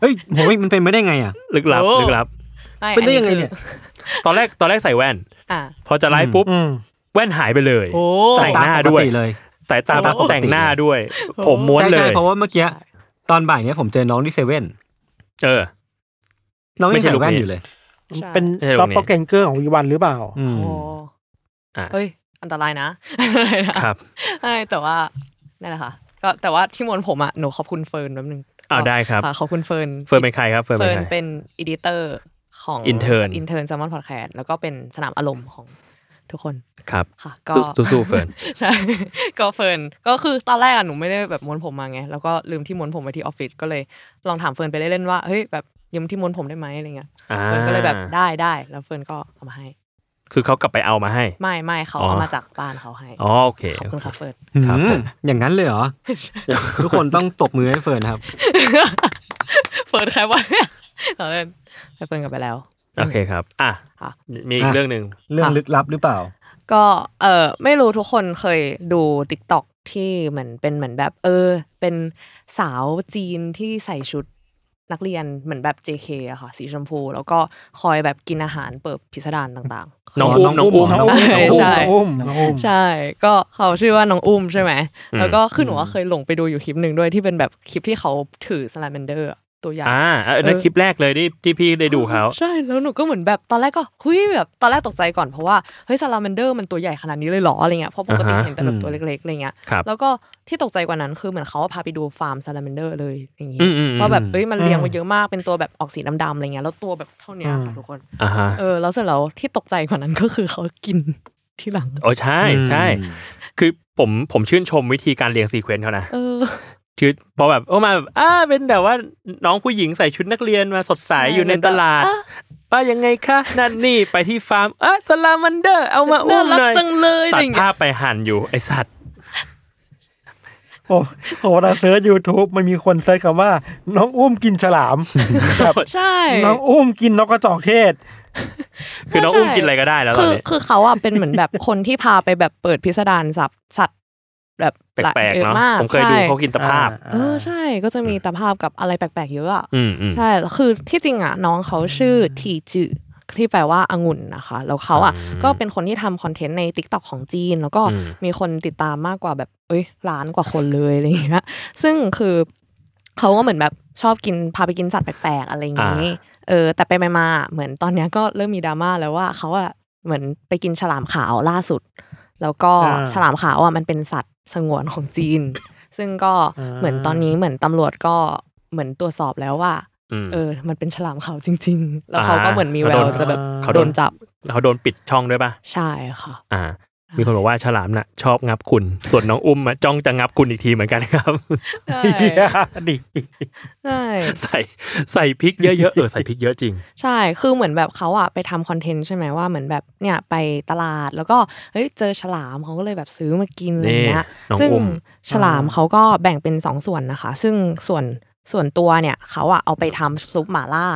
Speaker 1: เฮ้ยโหยมันเป็นไม่ได้ไงอ่ะ
Speaker 3: ลึกลับ
Speaker 4: โอ้
Speaker 3: ลึกลับ
Speaker 4: ม่
Speaker 1: เป็นได้
Speaker 4: อั
Speaker 1: ยังไง
Speaker 4: คือ
Speaker 1: เนี่ย
Speaker 3: ตอนแรกตอนแรกใส่แว่น
Speaker 4: อ่ะ
Speaker 3: พอจะไลฟ์ปุ๊บ
Speaker 2: อืม
Speaker 3: แว่นหายไปเลย
Speaker 4: โอ้
Speaker 3: แต่งหน้าด้ว
Speaker 1: ป
Speaker 3: ย
Speaker 1: กติเลย
Speaker 3: สายตา
Speaker 1: สายตาปกติ
Speaker 3: แต่งหน้าด้วย ผมม้วน
Speaker 1: ใช่
Speaker 3: เล
Speaker 1: ใช่
Speaker 3: ย
Speaker 1: เพราะว่าเมื่อกี้ตอนบ่ายเนี้ยผมเจอน้องที่เซเว่น
Speaker 3: เออ
Speaker 1: น้อง
Speaker 3: ไม่
Speaker 1: ยัง
Speaker 3: ใช่
Speaker 1: ใส่แว่น
Speaker 3: ลูกนี้
Speaker 1: อยู่เลย
Speaker 4: ใช่
Speaker 2: เป็น
Speaker 3: ใช่ตรงนี้
Speaker 2: ต็อปเปอร์แกงเกอร์ของวีวันหรือเปล่า
Speaker 1: อืม
Speaker 4: โอ้
Speaker 3: อ่ะ
Speaker 4: เฮ้ย อันตราย นะ อะไรนะครับ ใช่แต่ว่านั่นแหละค่ะ ก็แต่ว่าที่มวนผมอ่ะหนูขอบคุณเฟิร์นแป๊บนึง
Speaker 3: อ้าวได้ครับ
Speaker 4: ะขอบคุณเฟิร์น
Speaker 3: เฟิร์นเป็นใครครับเฟิร์น
Speaker 4: เฟิ
Speaker 3: เป็
Speaker 4: ร์
Speaker 3: น
Speaker 4: น
Speaker 3: ใคร
Speaker 4: เป็นอีดิเตอร์ของ
Speaker 3: Intern
Speaker 4: อินเทอร์แซมมอนพอดแคสต์แล้วก็เป็นสนามอารมณ์ของทุกคน
Speaker 3: ครับ
Speaker 4: ค่ะ ก็
Speaker 3: สู้สู้ๆเฟิร์น
Speaker 4: ใช่ ก็เฟิร์นก็คือตอนแรกอะหนูไม่ได้แบบม้วนผมมาไง แล้วก็ลืมที่ม้วนผมไว้ที่ออฟฟิศก็เลยลองถามเฟิร์นไปเล่นๆว่าเฮ้ยแบบยืมที่ม้วนผมได้ไหมอะไรเงี้ย
Speaker 3: อ่า
Speaker 4: เฟิร์นก็เลยแบบได้ได้แล้วเฟิร์นก็เอามาให้
Speaker 3: คือเขากลับไปเอามาให้
Speaker 4: ไม่ไม่เขา
Speaker 3: อ๋อ
Speaker 4: เอามาจากบ้านเขาให้
Speaker 3: อ๋อโอเค
Speaker 4: ขอบ
Speaker 3: โอ
Speaker 4: คุณ
Speaker 3: เค
Speaker 4: ค่ะเฟิร์น
Speaker 3: ครับ
Speaker 1: อืม
Speaker 3: ผม
Speaker 1: อย่างนั้นเลยเหรอ ทุกคนต้องตบมือให้เฟิร์นครับ
Speaker 4: เฟิร์นใครวะเราเล่นให้เฟิร์นกลับไปแล้ว
Speaker 3: โอเคครับ อ่ะ
Speaker 4: ค่ะ
Speaker 3: มีอีก
Speaker 1: อ่ะ
Speaker 3: เรื่องหนึ่ง
Speaker 1: เรื่องลึกลับหรือเปล่า
Speaker 4: ก็เออไม่รู้ทุกคนเคยดู t ิ k t o k ที่เหมือนเป็นเหมือนแบบเออ เป็นสาวจีนที่ใส่ชุดนักเรียนเหมือนแบบ JK อะค่ะ สีชมพู แล้วก็คอยแบบกินอาหารเปิดพิสดารต่าง
Speaker 3: น้องอุ้มน้องอุ้ม
Speaker 1: น้
Speaker 2: น้
Speaker 1: อ
Speaker 2: องง
Speaker 1: อุ้
Speaker 2: อุ้
Speaker 1: ม
Speaker 2: มน้องอุ้มน้
Speaker 4: ใช่
Speaker 2: องอุ้มน้องอุ้ม
Speaker 4: ๆ ใช่ ก็เขาชื่อว่าน้องอุ้มใช่ไหม
Speaker 3: อืม
Speaker 4: แล้วก็คือหนูว่าเคยหลงไปดูอยู่คลิปหนึ่งด้วยที่เป็นแบบคลิปที่เขาถือสไลเมนเดอร์ ตัวอย่าง
Speaker 3: อ่าเออนั่น
Speaker 4: เออ
Speaker 3: คลิปแรกเลยที่ที่พี่ได้ดูเขา
Speaker 4: ใช่แล้วหนูก็เหมือนแบบตอนแรกก็เฮ้ยแบบตอนแรกตกใจก่อนเพราะว่าเฮ้ยซาลาแมนเดอร์มันตัวใหญ่ขนาดนี้เลยเหรออะไรเงี้ยเพราะปกติเห็นแต่แบบตัวเล็กๆอะไรเงี้ย
Speaker 3: ครับ
Speaker 4: แล้วก็ที่ตกใจกว่านั้นคือเหมือนเขาพาไปดูฟาร์มซาลาเมนเดอร์เลยอย่างงี้
Speaker 3: อืมอืมอืม
Speaker 4: ว่าแบบเอ้ยมันเลี้ยงมาเยอะมากเป็นตัวแบบออกสีดำๆอะไรเงี้ยแล้วตัวแบบเท่าเนี้ยค่ะทุกคน
Speaker 3: อ่าฮะ
Speaker 4: เออแล้วเสร็จแล้วที่ตกใจกว่านั้นก็คือเขากินที่หลัง
Speaker 3: โอ้ใช่ใช่ คือผมผมชื่นชมวิธีการเรียงซีเควนต์เขานะ
Speaker 4: เออ
Speaker 3: ชื่อเพอแบบโอ้มาแบบอ่าเป็นแบบว่าน้องผู้หญิงใส่ชุดนักเรียนมาสดใส
Speaker 4: ใช่
Speaker 3: อยู่ใน
Speaker 4: เป็นแบบ
Speaker 3: ตลาด
Speaker 4: อ่ะ
Speaker 3: ว่ายังไงคะนั่นนี่ไปที่ฟาร์มเออสลามันเดอร์ เอามาอุ้
Speaker 4: น่าม รัก
Speaker 3: หน่อย
Speaker 4: จังเลยอะ
Speaker 3: ตัด
Speaker 4: ไรเงี้
Speaker 3: ภาย พไปหั่นอยู่ไอสัตว์
Speaker 2: ผมผมเราเซิร์ช YouTube มันมีคนเซิร์ชคำว่า น้องอุ้มกินฉลาม แบบ
Speaker 4: ใช่
Speaker 2: น้องอุ้มกินนกกระจอกเทศ
Speaker 3: คือน้องอุ้มกินอะไรก็ได้แล้วตอน
Speaker 4: คือ
Speaker 3: นี้
Speaker 4: คือเขาอ่ะเป็นเหมือนแบบคนที่พาไปแบบเปิดพิสดารสัตว์สัตว์แบบ
Speaker 3: แปลก
Speaker 4: ย
Speaker 3: ๆ
Speaker 4: อ
Speaker 3: เนาะ
Speaker 4: มาก
Speaker 3: ผมเคยดู
Speaker 4: ใช่
Speaker 3: เขากินตะภาพ
Speaker 4: เออใช่ก็จะมีตะภาพกับอะไรแปลกๆเยอะอะ
Speaker 3: อืมอืม
Speaker 4: ใช่ คือที่จริงอ่ะน้องเขาชื่อทีจือที่แปลว่าองุ่นนะคะ แล้วเขาอ่ะ
Speaker 3: อืม
Speaker 4: ก็เป็นคนที่ทำคอนเทนต์ใน t ิ k t o k ของจีน แล้วก็
Speaker 3: อืม
Speaker 4: มีคนติดตามมากกว่าแบบ เอ้ยล้านกว่าคนเลยอะไรอย่างเงี้ย ซึ่งคือเขาก็เหมือนแบบชอบกินพาไปกินสัตว์แปลกๆอะไรอย่างงี้ เออ แต่ไปๆมาๆเหมือนตอนเนี้ยก็เริ่มมีดราม่าแล้วว่าเขาอ่ะเหมือนไปกินฉลามขาวล่าสุด แล้วก็
Speaker 2: อ่า
Speaker 4: ฉลามขาวอ่ะมันเป็นสัตว์สงวนของจีน ซึ่งก็เหมือนตอนนี้เหมือนตำรวจก็เหมือนตรวจสอบแล้วว่า
Speaker 3: ม
Speaker 4: เออ มันเป็นฉลามขาวจริง ๆ แล้วเขาก็เหมือนมีแว
Speaker 3: อ่า
Speaker 4: วจะแบบ
Speaker 3: เขาโด
Speaker 4: โด
Speaker 3: น
Speaker 4: นจับ
Speaker 3: เขาโดนปิดช่องด้วยป่ะ
Speaker 4: ใช่ค่ะ
Speaker 3: อ่า มีคนบอกว่าฉลามน่ะ ชอบงับคุณ ส่วนน้องอุ้มอะจ้องจะงับคุณอีกทีเหมือนกันครับ
Speaker 4: ใช่
Speaker 2: เหี้ยดิ
Speaker 4: ใช่
Speaker 3: ใส่ใส่พริกเยอะๆเออใส่พริกเยอะจริง
Speaker 4: ใช่ คือเหมือนแบบเขาอ่ะไปทำคอนเทนต์ใช่ไหมว่าเหมือนแบบเนี่ยไปตลาดแล้วก็เฮ้ยเจอฉลามเขาก็เลยแบบซื้อมากินอะไรเงี้ย
Speaker 3: นี่น้อง
Speaker 4: ซึ่ง
Speaker 3: อุ้ม
Speaker 4: ฉลามเขาก็แบ่งเป็นสองส่วนนะคะ ซึ่งส่วนส่วนตัวเนี่ยเขาอ่ะเอาไปทำซุปหม่าล่า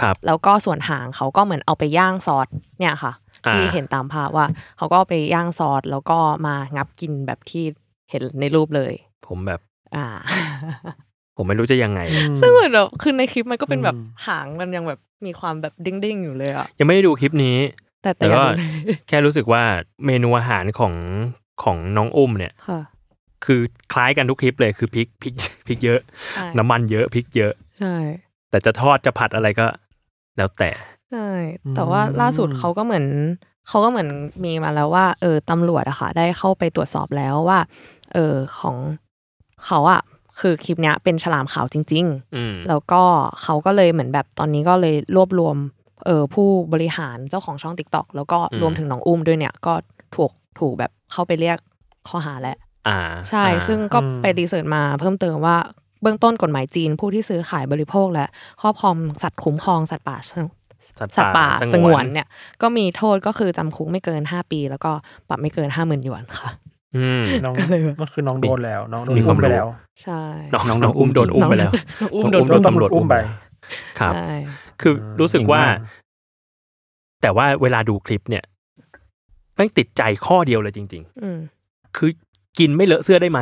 Speaker 3: ครับ
Speaker 4: แล้วก็ส่วนหางเขาก็เหมือนเอาไปย่างซอสเนี่ยค่ะ
Speaker 3: อ่า
Speaker 4: ที่เห็นตามภาพว่าเขาก็เอาไปย่างซอสแล้วก็มางับกินแบบที่เห็นในรูปเลย
Speaker 3: ผมแบบ
Speaker 4: อ่า
Speaker 3: ผมไม่รู้จะยังไง
Speaker 4: ซึ่งเหมือนแบบคือในคลิปมันก็เป็นแบบ
Speaker 2: อืม
Speaker 4: หางมันยังแบบมีความแบบเด้งๆอยู่เลยอะ
Speaker 3: ยังไม่ได้ดูคลิปนี้
Speaker 4: แต่แต่
Speaker 3: แต่
Speaker 4: ยัง
Speaker 3: ก็
Speaker 4: เลย
Speaker 3: แค่รู้สึกว่าเมนูอาหารของของน้องอุ้มเนี่ย
Speaker 4: ค่ะ
Speaker 3: คือคล้ายกันทุกคลิปเลยคือพริกพริกพริกเยอะ
Speaker 4: ใช่
Speaker 3: น้ำมันเยอะพริกเยอะ
Speaker 4: ใช่
Speaker 3: แต่จะทอดจะผัดอะไรก็ แล้วแต่
Speaker 4: ใช่แต่ว่าล่าสุดเขาก็เหมือนเขาก็เหมือนมีมาแล้วว่า เออตำรวจอะค่ะ ได้เข้าไปตรวจสอบแล้วว่า เออของเขาอะคือคลิปเนี้ยเป็นฉลามขาวจริง ๆ
Speaker 3: อืม
Speaker 4: แล้วก็เขาก็เลยเหมือนแบบตอนนี้ก็เลยรวบรวมเออผู้บริหารเจ้าของช่อง t ิ k t o k แล้วก็
Speaker 3: อืม
Speaker 4: รวมถึงน้องอุ้มด้วยเนี่ย ก็ถูกถูกแบบเข้าไปเรียกข้อหาแล้ว
Speaker 3: อ่า
Speaker 4: ใช่
Speaker 3: อ่า
Speaker 4: ซึ่งก็
Speaker 2: อืม
Speaker 4: ไปรีเสิร์ชมาเพิ่มเติมว่าเบื้องต้นกฎหมายจีนผู้ที่ซื้อขายบริโภคและครอบครองสัตว์คุ้มครองสัตว์ป่า สัตว์ป่าสงวนเนี่ยก็มีโทษก็คือจำคุกไม่เกิน 5 ปี แล้วก็ปรับไม่เกิน 5 0,000หยวนค่ะ
Speaker 3: อืม
Speaker 2: น้อง
Speaker 4: ก็เลยแบบ
Speaker 2: ก็คือน้องโดนแล้ว น้องโดน
Speaker 3: มีความ
Speaker 2: อุ้มไป
Speaker 3: รู้
Speaker 2: แล้ว
Speaker 4: ใช่
Speaker 3: น้องน้องอุ้มโดนอุ้มไปแล้ว
Speaker 4: น้องอุ้ม
Speaker 3: น้
Speaker 4: โด
Speaker 3: อง
Speaker 4: น
Speaker 3: อุ้มโดนตำรวจ
Speaker 2: อุ้มไป
Speaker 3: ครับ
Speaker 4: ใช่
Speaker 3: คือรู้สึกว่า
Speaker 2: เก่งมาก
Speaker 3: แต่ว่าเวลาดูคลิปเนี่ยแม่งติดใจข้อเดียวเลยจริง
Speaker 4: อืม
Speaker 3: ๆ คือกินไม่เลอะเสื้อได้ไหม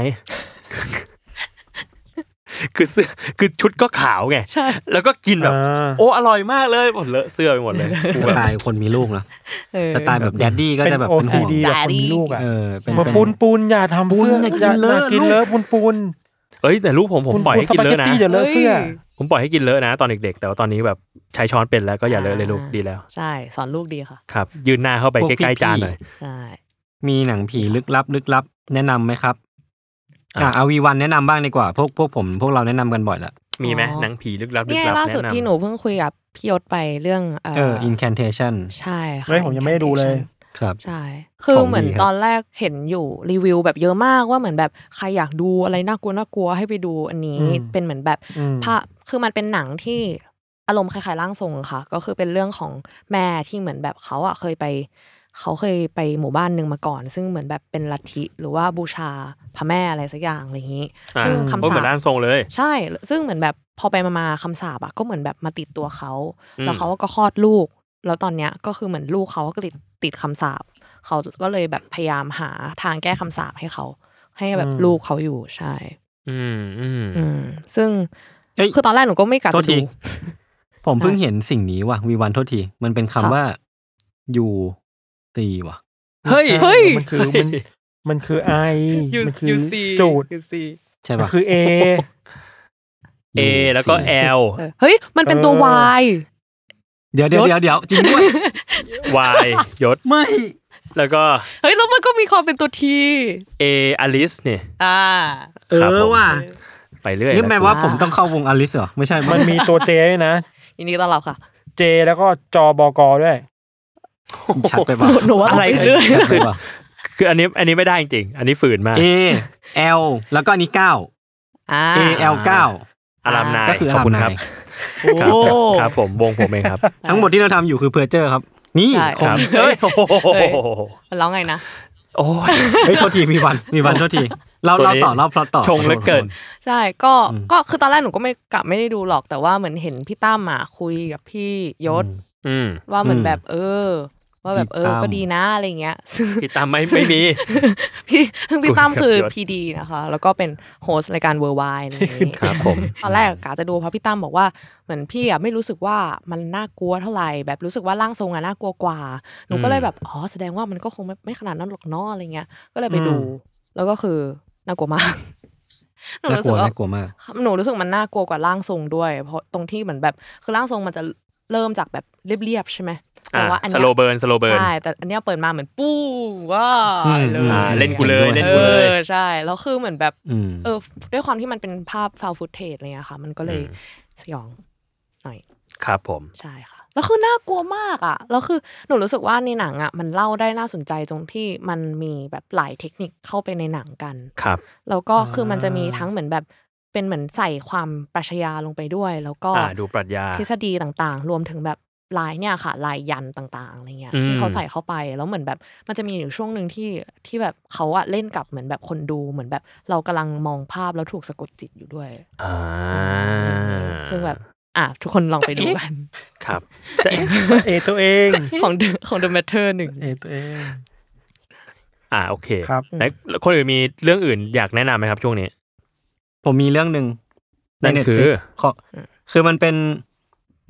Speaker 3: คือเสื้อคือชุดก็ขาวไง
Speaker 4: ใช่
Speaker 3: แล้วก็กินแบบ
Speaker 2: อ่า
Speaker 3: โอ้อร่อยมากเลยผมเลอะเสื้อไปหมดเลยกู
Speaker 1: ส
Speaker 3: แบบ
Speaker 1: ไตล์คนมีลูกเนาะ
Speaker 4: เออ
Speaker 1: สไตล์แบบแดดดี้ก็
Speaker 2: เป็น
Speaker 1: จะแบบเป็นห่วง
Speaker 2: OCD แบบคนมีลูกอ่ะ
Speaker 1: เออเป็น
Speaker 2: บอก
Speaker 1: เป็น
Speaker 2: ปูนปูนอย่าทำเสื้อ
Speaker 1: ปูน
Speaker 2: อย่า
Speaker 1: อย่า
Speaker 2: กิ
Speaker 1: กิน
Speaker 2: นเล
Speaker 1: เลอะ
Speaker 2: อะปูนปูน
Speaker 3: เอ้ยแต่ลูกผมผมปล่อยให้กินเลอะนะ
Speaker 2: อย่าเลอะเสื้อ
Speaker 3: ผมปล่อยให้กินเลอะนะตอนเด็กๆ แต่ว่าตอนนี้แบบใช้ช้อนเป็นแล้วก็อย่าเลอะเลยลูกดีแล้ว
Speaker 4: ใช่สอนลูกดีค่ะ
Speaker 3: ครับ ยืนหน้าเข้าไป
Speaker 1: พวก
Speaker 3: ใกล้
Speaker 1: พี่ๆ
Speaker 3: ๆจานหน่อย
Speaker 4: ใช่
Speaker 1: มีหนังผีลึกลับ ลึกลับ แนะนำไหมครับ อ่า
Speaker 3: อ่ะ
Speaker 1: เอาวีวันแนะนำบ้างดีกว่า พวกพวกผมพวกเราแนะนำกันบ่อยละ
Speaker 3: มีไหมหนังผีลึกลับลึ
Speaker 4: นี่
Speaker 3: ก
Speaker 4: ไง
Speaker 3: ลับ
Speaker 4: ล่าสุด
Speaker 3: แะำ
Speaker 4: ที่หนูเพิ่งคุยกับพี่ยศไปเรื่องเอ
Speaker 1: เออ
Speaker 4: อ
Speaker 1: incantation
Speaker 4: ใช่ค่ะ
Speaker 2: เฮ้ยผมยังไม่ได้ดูเลย
Speaker 4: Incantation
Speaker 1: ครับ
Speaker 4: ใช่ คือ
Speaker 1: ของดี
Speaker 4: เหมือน
Speaker 1: ครับ
Speaker 4: ตอนแรกเห็นอยู่รีวิวแบบเยอะมากว่าเหมือนแบบใครอยากดูอะไรน่ากลัวน่ากลัวให้ไปดูอันนี้
Speaker 2: อืม
Speaker 4: เป็นเหมือนแบบ
Speaker 2: อืม
Speaker 4: ภาพคือมันเป็นหนังที่อารมณ์คล้ายๆร่างทรงค่ะ ก็คือเป็นเรื่องของแม่ที่เหมือนแบบเขาอ่ะเคยไป เขาเคยไปหมู่บ้านหนึ่งมาก่อน ซึ่งเหมือนแบบเป็นลัทธิหรือว่าบูชาพระแม่อะไรสักอย่างอะไรอย่างนี้
Speaker 3: อ่ะ
Speaker 4: ซึ่ง
Speaker 3: โอ้ย
Speaker 4: คำ
Speaker 3: เห
Speaker 4: สา
Speaker 3: มือน
Speaker 4: ป
Speaker 3: ร่างทรงเลย
Speaker 4: ใช่ ซึ่งเหมือนแบบพอไปมาๆคำสาบอะก็เหมือนแบบมาติดตัวเขา
Speaker 3: อืม
Speaker 4: แล้วเขาก็คลอดลูก แล้วตอนเนี้ยก็คือเหมือนลูกเขาก็ติดติดคำสาบ เขาก็เลยแบบพยายามหาทางแก้คำสาบให้เขา ให้แบบ
Speaker 2: อืม
Speaker 4: ลูกเขาอยู่ใช่
Speaker 3: อืมอืม
Speaker 4: อืม ซึ่ง
Speaker 1: เย
Speaker 4: คือตอนแรกหนูก็ไม่กะ
Speaker 1: โทษ
Speaker 4: จะ
Speaker 1: ที
Speaker 4: ดู
Speaker 1: ผมเพิ่งเห็นสิ่งนี้ว่ะวีวันโทษที มันเป็นคำ
Speaker 4: ค่ะ
Speaker 1: ว่ายูตีว่ะ
Speaker 3: เฮ้ย
Speaker 2: เฮ้ยมันคือมัน มันคือไอมันคือจูด
Speaker 4: ยูซี
Speaker 1: ใช่
Speaker 2: มัน
Speaker 1: ป่ะ
Speaker 2: คือเอ
Speaker 3: A แล้วก็ L
Speaker 4: เออเฮ้ย มันเป็นตัว
Speaker 2: เออ
Speaker 4: Y
Speaker 1: เดี๋ยวเดี๋ยวเดี๋ยวเดี๋ยวจริงด้วย
Speaker 3: Y ย ศ
Speaker 2: ไม่
Speaker 3: แล้วก็
Speaker 4: เฮ้ย แล้วมันก็มีความเป็นตัว T
Speaker 3: A อลิสเนี่ย
Speaker 4: อ่า
Speaker 1: เอ
Speaker 3: ครับผม
Speaker 1: อว่ะ
Speaker 3: ไปเรื่อย
Speaker 1: นี่แปล
Speaker 3: นะ
Speaker 1: ว่า
Speaker 4: ว้า
Speaker 1: ผมต้องเข้าวงอลิสเหรอไม่ใช่
Speaker 2: มันมีตัวเจด้วยนะ
Speaker 4: ยินดีต้อนรับค่ะ
Speaker 2: เจแล้วก็จอบกด้วย
Speaker 1: ชัดไปป่ะ
Speaker 4: หนูว่าอะไรเรื่อย
Speaker 1: ชัดไปป่ะ
Speaker 3: คืออันนี้อันนี้ไม่ได้จริงๆอันนี้ฝืนมาก
Speaker 1: เอเอลแล้วก็อันนี้เก้า
Speaker 4: อ่า
Speaker 1: เอเอลเก้า
Speaker 3: อารามนาย
Speaker 1: ก็คือ
Speaker 3: ขอบคุณ
Speaker 1: อาราม
Speaker 3: ครับ
Speaker 1: นาย
Speaker 3: ครับ
Speaker 4: โอ้
Speaker 3: ครับผมวงผมเองครับ
Speaker 1: ทั้งหมดที่เราทำอยู่คือเพอร์เจอร์ครับ นี่
Speaker 4: ใช่
Speaker 1: ค
Speaker 3: ค
Speaker 1: ง
Speaker 3: รับ
Speaker 4: เฮ้
Speaker 3: เฮ้ย
Speaker 4: ย
Speaker 3: โอ้โห
Speaker 4: มันร้องไงนะ
Speaker 3: โอ้ย
Speaker 1: เฮ้ยโทษทีมีวันมีวันโทษที เรา
Speaker 3: ตัว
Speaker 1: เรา
Speaker 3: นี้
Speaker 1: ต่อเราพลอตต่อ
Speaker 3: ชงเหลือเกิน
Speaker 4: ใช่ ก็ ก็ คือตอนแรกหนูก็ไม่กลับไม่ได้ดูหรอก แต่ว่าเหมือนเห็นพี่ตั้มมาคุยกับพี่ยศ
Speaker 3: อืม
Speaker 4: ว่าเหมือนแบบเออ ว่าแบบเอ
Speaker 1: พี่
Speaker 4: อ
Speaker 1: ตั้ม
Speaker 4: ก็ดีนะอะไรเงี้ยซึ่ง
Speaker 3: พี่ตามไม่ ไม่มี
Speaker 4: พี่ซึ่งพี่ตั้มคือ
Speaker 3: คุยกับยศ
Speaker 4: พีดีนะคะ แล้วก็เป็นโฮสต์รายการเวอร์ไวอะไรอย่างงี้
Speaker 3: ครับผม
Speaker 4: ตอนแรกกะจะดูเพราะพี่ตั้มบอกว่าเหมือนพี่อ่ะไม่รู้สึกว่ามันน่ากลัวเท่าไหร่แบบรู้สึกว่าร่างทรงอ่ะน่ากลัวกว่าหนูก็เลยแบบอ๋อแสดงว่ามันก็คงไม่ไม่ขนาดนั้นหรอกเนาะอะไรเงี้ย ก็เลยไปดู แล้วก็คือน่ากลัวมาก หนู
Speaker 1: น่า
Speaker 4: รู้
Speaker 1: ก
Speaker 4: สึ
Speaker 1: ลัว
Speaker 4: กว่า
Speaker 1: น่ากลัวมาก
Speaker 4: หนูรู้สึกมันน่ากลัวกว่าร่างทรงด้วย เพราะตรงที่เหมือนแบบคือร่างทรงมันจะเริ่มจากแบบเรียบๆใช่ไหมแต่
Speaker 3: อ่า
Speaker 4: ว่าอัน
Speaker 3: ส
Speaker 4: เนี้ย
Speaker 3: โลเบิร์นสโลเบิร์น
Speaker 4: ใช่แต่อันเนี้ยเปิดมาเหมือนปู้ว้า
Speaker 1: อืม
Speaker 4: เล
Speaker 1: อ่า
Speaker 3: อ่าย เล่นกูเลยเล่น
Speaker 4: เอ
Speaker 3: กูเลย
Speaker 4: อใช่แล้วคือเหมือนแบบ
Speaker 1: อืม
Speaker 4: เออด้วยความที่มันเป็นภาพฟาวฟุตเทจอะไรเงี้ยค่ะ มันก็เลย
Speaker 3: อืม
Speaker 4: สยองหน่อย
Speaker 3: ครับผม
Speaker 4: ใช่ค่ะ แล้วคือน่ากลัวมากอ่ะแล้วคือหนูรู้สึกว่าในหนังอ่ะมันเล่าได้น่าสนใจตรงที่มันมีแบบหลายเทคนิคเข้าไปในหนังกัน
Speaker 3: ครับ
Speaker 4: แล้วก็คือมันจะมีทั้งเหมือนแบบเป็นเหมือนใส่ความปรัชญาลงไปด้วย แล้วก็
Speaker 3: อ่าดูปรัชญา
Speaker 4: ทฤษฎีต่างๆ รวมถึงแบบลายเนี่ยค่ะ ลายยันต่างๆอะไรเงี้ย
Speaker 3: อืม
Speaker 4: ที่เขาใส่เข้าไปแล้วเหมือนแบบมันจะมีอยู่ช่วงหนึ่งที่ที่แบบเขาอะเล่นกับเหมือนแบบคนดูเหมือนแบบเรากำลังมองภาพแล้วถูกสะกดจิตอยู่ด้วย
Speaker 3: อ่า
Speaker 4: ซึ่งแบบ อ่ะ ทุกคนลองไปดูกัน
Speaker 3: ครับ
Speaker 2: เอตัวเอง
Speaker 4: ของ The- ของ The Matter หนึ่ง
Speaker 2: เอตัวเอง
Speaker 3: อ่าโอเค
Speaker 2: ครับ
Speaker 3: แล้วแล้วคนอื่นมีเรื่องอื่นอยากแนะนำไหมครับช่วงนี้
Speaker 1: ผมมีเรื่องหนึ่ง
Speaker 3: นั่น
Speaker 1: ใ Netflix
Speaker 3: คือ
Speaker 1: ขอคือมันเป็น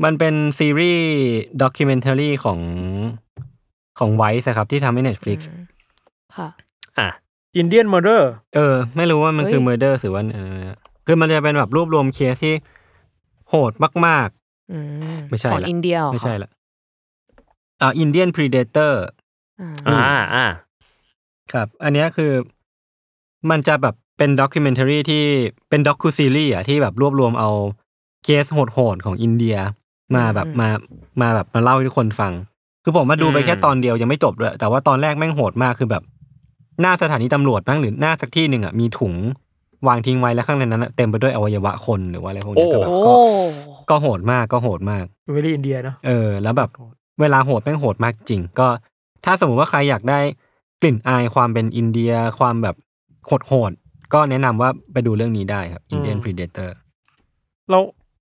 Speaker 1: มันเป็นซีรีส์ด็อกิเมน a r รีของของไวส์ครับ ที่ทำให้ Netflix
Speaker 4: ค่ะ
Speaker 3: อ่า
Speaker 2: อินเดียนมอร์เดอร์
Speaker 1: เออ ไม่รู้ว่ามัน
Speaker 4: เฮ้ย
Speaker 1: คือ Murder หรือว่าอะไรนะคือมันจะเป็นแบบรวบรวมเคสที่โหดมาก
Speaker 4: อืม
Speaker 1: ไม่ใช่
Speaker 4: ของ
Speaker 1: ละ
Speaker 4: อินเดียเหรอ
Speaker 1: ๆ ไม่ใช่
Speaker 4: คะ
Speaker 1: ละอ่าอินเดียนพรีเดเตอร์
Speaker 4: อ่า
Speaker 3: อ่าอ่า
Speaker 1: ครับ อันเนี้ยคือมันจะแบบเป็นด็อกิเมน a r รีที่เป็นด็อกคูซีรีส์อ่ะที่แบบรวบรวมเอาเคสโหดๆของอินเดีย มาแบบมามาแบบมาเล่าให้ทุกคนฟัง คือผมมาดูไปแค่ตอนเดียวยังไม่จบด้วย แต่ว่าตอนแรกแม่งโหดมากคือแบบ หน้าสถานีตำรวจบ้างหรือหน้าสักที่หนึ่งอ่ะมีถุงวางทิ้งไว้แล้วข้างในนั้นอะเต็มไปด้วยอวัยวะคนหรือว่าอะไรพวกนี้ก็แบบ
Speaker 4: โอ้
Speaker 1: ก็ก็โหดมากก็โหดมาก
Speaker 2: เวลี่อินเดียเนาะ
Speaker 1: เออแล้วแบบเวลาโหดแม่งโหดมากจริง ก็ถ้าสมมุติว่าใครอยากได้กลิ่นอายความเป็นอินเดียความแบบโหดโหดๆก็แนะนำว่าไปดูเรื่องนี้ได้ครับ Indian Predator
Speaker 2: เรา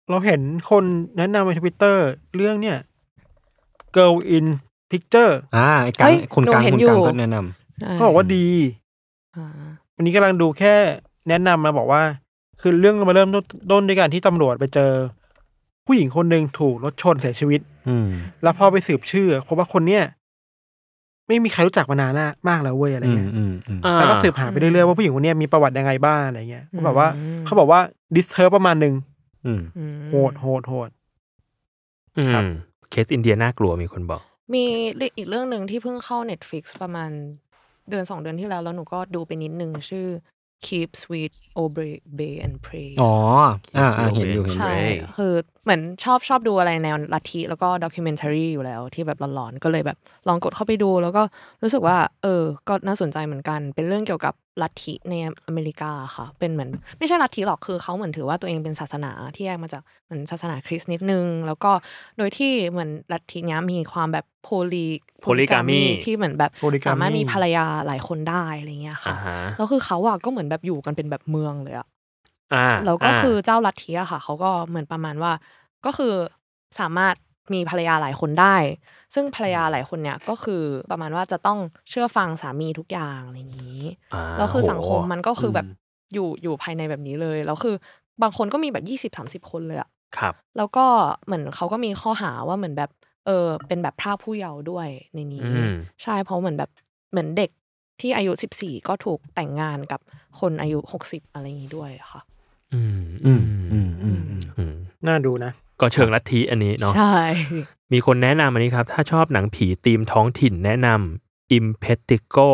Speaker 2: เราเห็นคนแนะนำในทวิตเตอร์เรื่องเนี่ย Girl in Picture
Speaker 1: อ่าไอ้กังคุณกังคุณกังก็แนะนำ
Speaker 2: ก็บอกว่าดี
Speaker 4: อ่า
Speaker 2: วันนี้กำลังดูแค่แนะนำมาบอกว่า คือเรื่องมาเริ่มต้นต้นด้วยการที่ตำรวจไปเจอ ผู้หญิงคนหนึ่งถูกรถชนเสียชีวิต
Speaker 1: อืม
Speaker 2: แล้วพอไปสืบชื่อพบว่าคนเนี้ยไม่มีใครรู้จักมานานละมากแล้วเว้ยอะไร
Speaker 1: อืม
Speaker 2: เงี้ย
Speaker 1: อืมอืม
Speaker 2: แล้วก็สืบหาไปเรื่อยๆว่าผู้หญิงคนเนี้ยมีประวัติยังไงบ้างอะไรเงี้ยก็แบบว่าเขาบอกว่าดิสเทอร์ประมาณหนึ่ง
Speaker 1: อืม
Speaker 4: อืม
Speaker 2: โหดโหดโหด
Speaker 3: อืม
Speaker 2: ครับ
Speaker 3: เคสอินเดียน่ากลัวมีคนบอก
Speaker 4: มีอีกเรื่องหนึ่งที่เพิ่งเข้า Netflix ประมาณเดือนสองเดือนที่แล้ว แล้วหนูก็ดูไปนิดนึงชื่อ Keep Sweet Obey and Pray
Speaker 1: อ๋ออ่าอ่าเห็นอยู่เห็นอ
Speaker 4: ใช่
Speaker 1: ยู่
Speaker 3: Ray
Speaker 4: คือเหมือนชอบชอบดูอะไรแนวลัทธิแล้วก็ด็อกิเมน a r y อยู่แล้วที่แบบหลอนๆ ก็เลยแบบลองกดเข้าไปดู แล้วก็รู้สึกว่า เออ ก็น่าสนใจเหมือนกัน เป็นเรื่องเกี่ยวกับลัทธิในอเมริกาค่ะ เป็นเหมือน ไม่ใช่ลัทธิหรอกคือเขาเหมือนถือว่าตัวเองเป็นศาสนาที่แยกมาจากเหมือนศาสนาคริสต์นิดนึง แล้วก็โดยที่เหมือนลัทธิเนี้ยมีความแบบโพลี
Speaker 3: Polygamy
Speaker 4: ที่เหมือนแบบ
Speaker 2: Polygamy
Speaker 4: สามารถมีภรรยาหลายคนได้อะไรเงี้ย
Speaker 3: อ่า
Speaker 4: ค่ะ
Speaker 3: ฮะ
Speaker 4: แล้วคือเขาอะก็เหมือนแบบอยู่กันเป็นแบบเมืองเลยอะ
Speaker 3: อ่า
Speaker 4: แล้วก็
Speaker 3: า
Speaker 4: คือเจ้าลัทธิอะค่ะ เขาก็เหมือนประมาณว่า ก็คือสามารถมีภรรยาหลายคนได้ ซึ่งภรรยาหลายคนเนี่ยก็คือประมาณว่าจะต้องเชื่อฟังสามีทุกอย่างอะไรอย่างนี้
Speaker 3: า
Speaker 4: แล้วคือสังคม
Speaker 3: โห
Speaker 4: มันก็คืออ
Speaker 1: ม
Speaker 4: แบบอยู่อยู่ภายในแบบนี้เลยแล้วคือบางคนก็มีแบบยี่สิบสามสิบคนเลยอะ
Speaker 3: ครับ
Speaker 4: แล้วก็เหมือนเขาก็มีข้อหาว่าเหมือนแบบเออเป็นแบบพรากผู้เยาว์ด้วยในนี้
Speaker 3: อืม
Speaker 4: ใช่เพราะเหมือนแบบเหมือนเด็กที่อายุสิบสี่ก็ถูกแต่งงานกับคนอายุหกสิบอะไรอย่างนี้ด้วยอะค่ะ
Speaker 3: อืม
Speaker 1: อืมอืมอืมอืม
Speaker 3: อืม
Speaker 2: น่าดูนะ
Speaker 3: ก็เชิงลัทธิอันนี้เนาะ
Speaker 4: ใช่
Speaker 3: มีคนแนะนำอันนี้ครับ ถ้าชอบหนังผีธีมท้องถิ่นแนะนำ Impetigo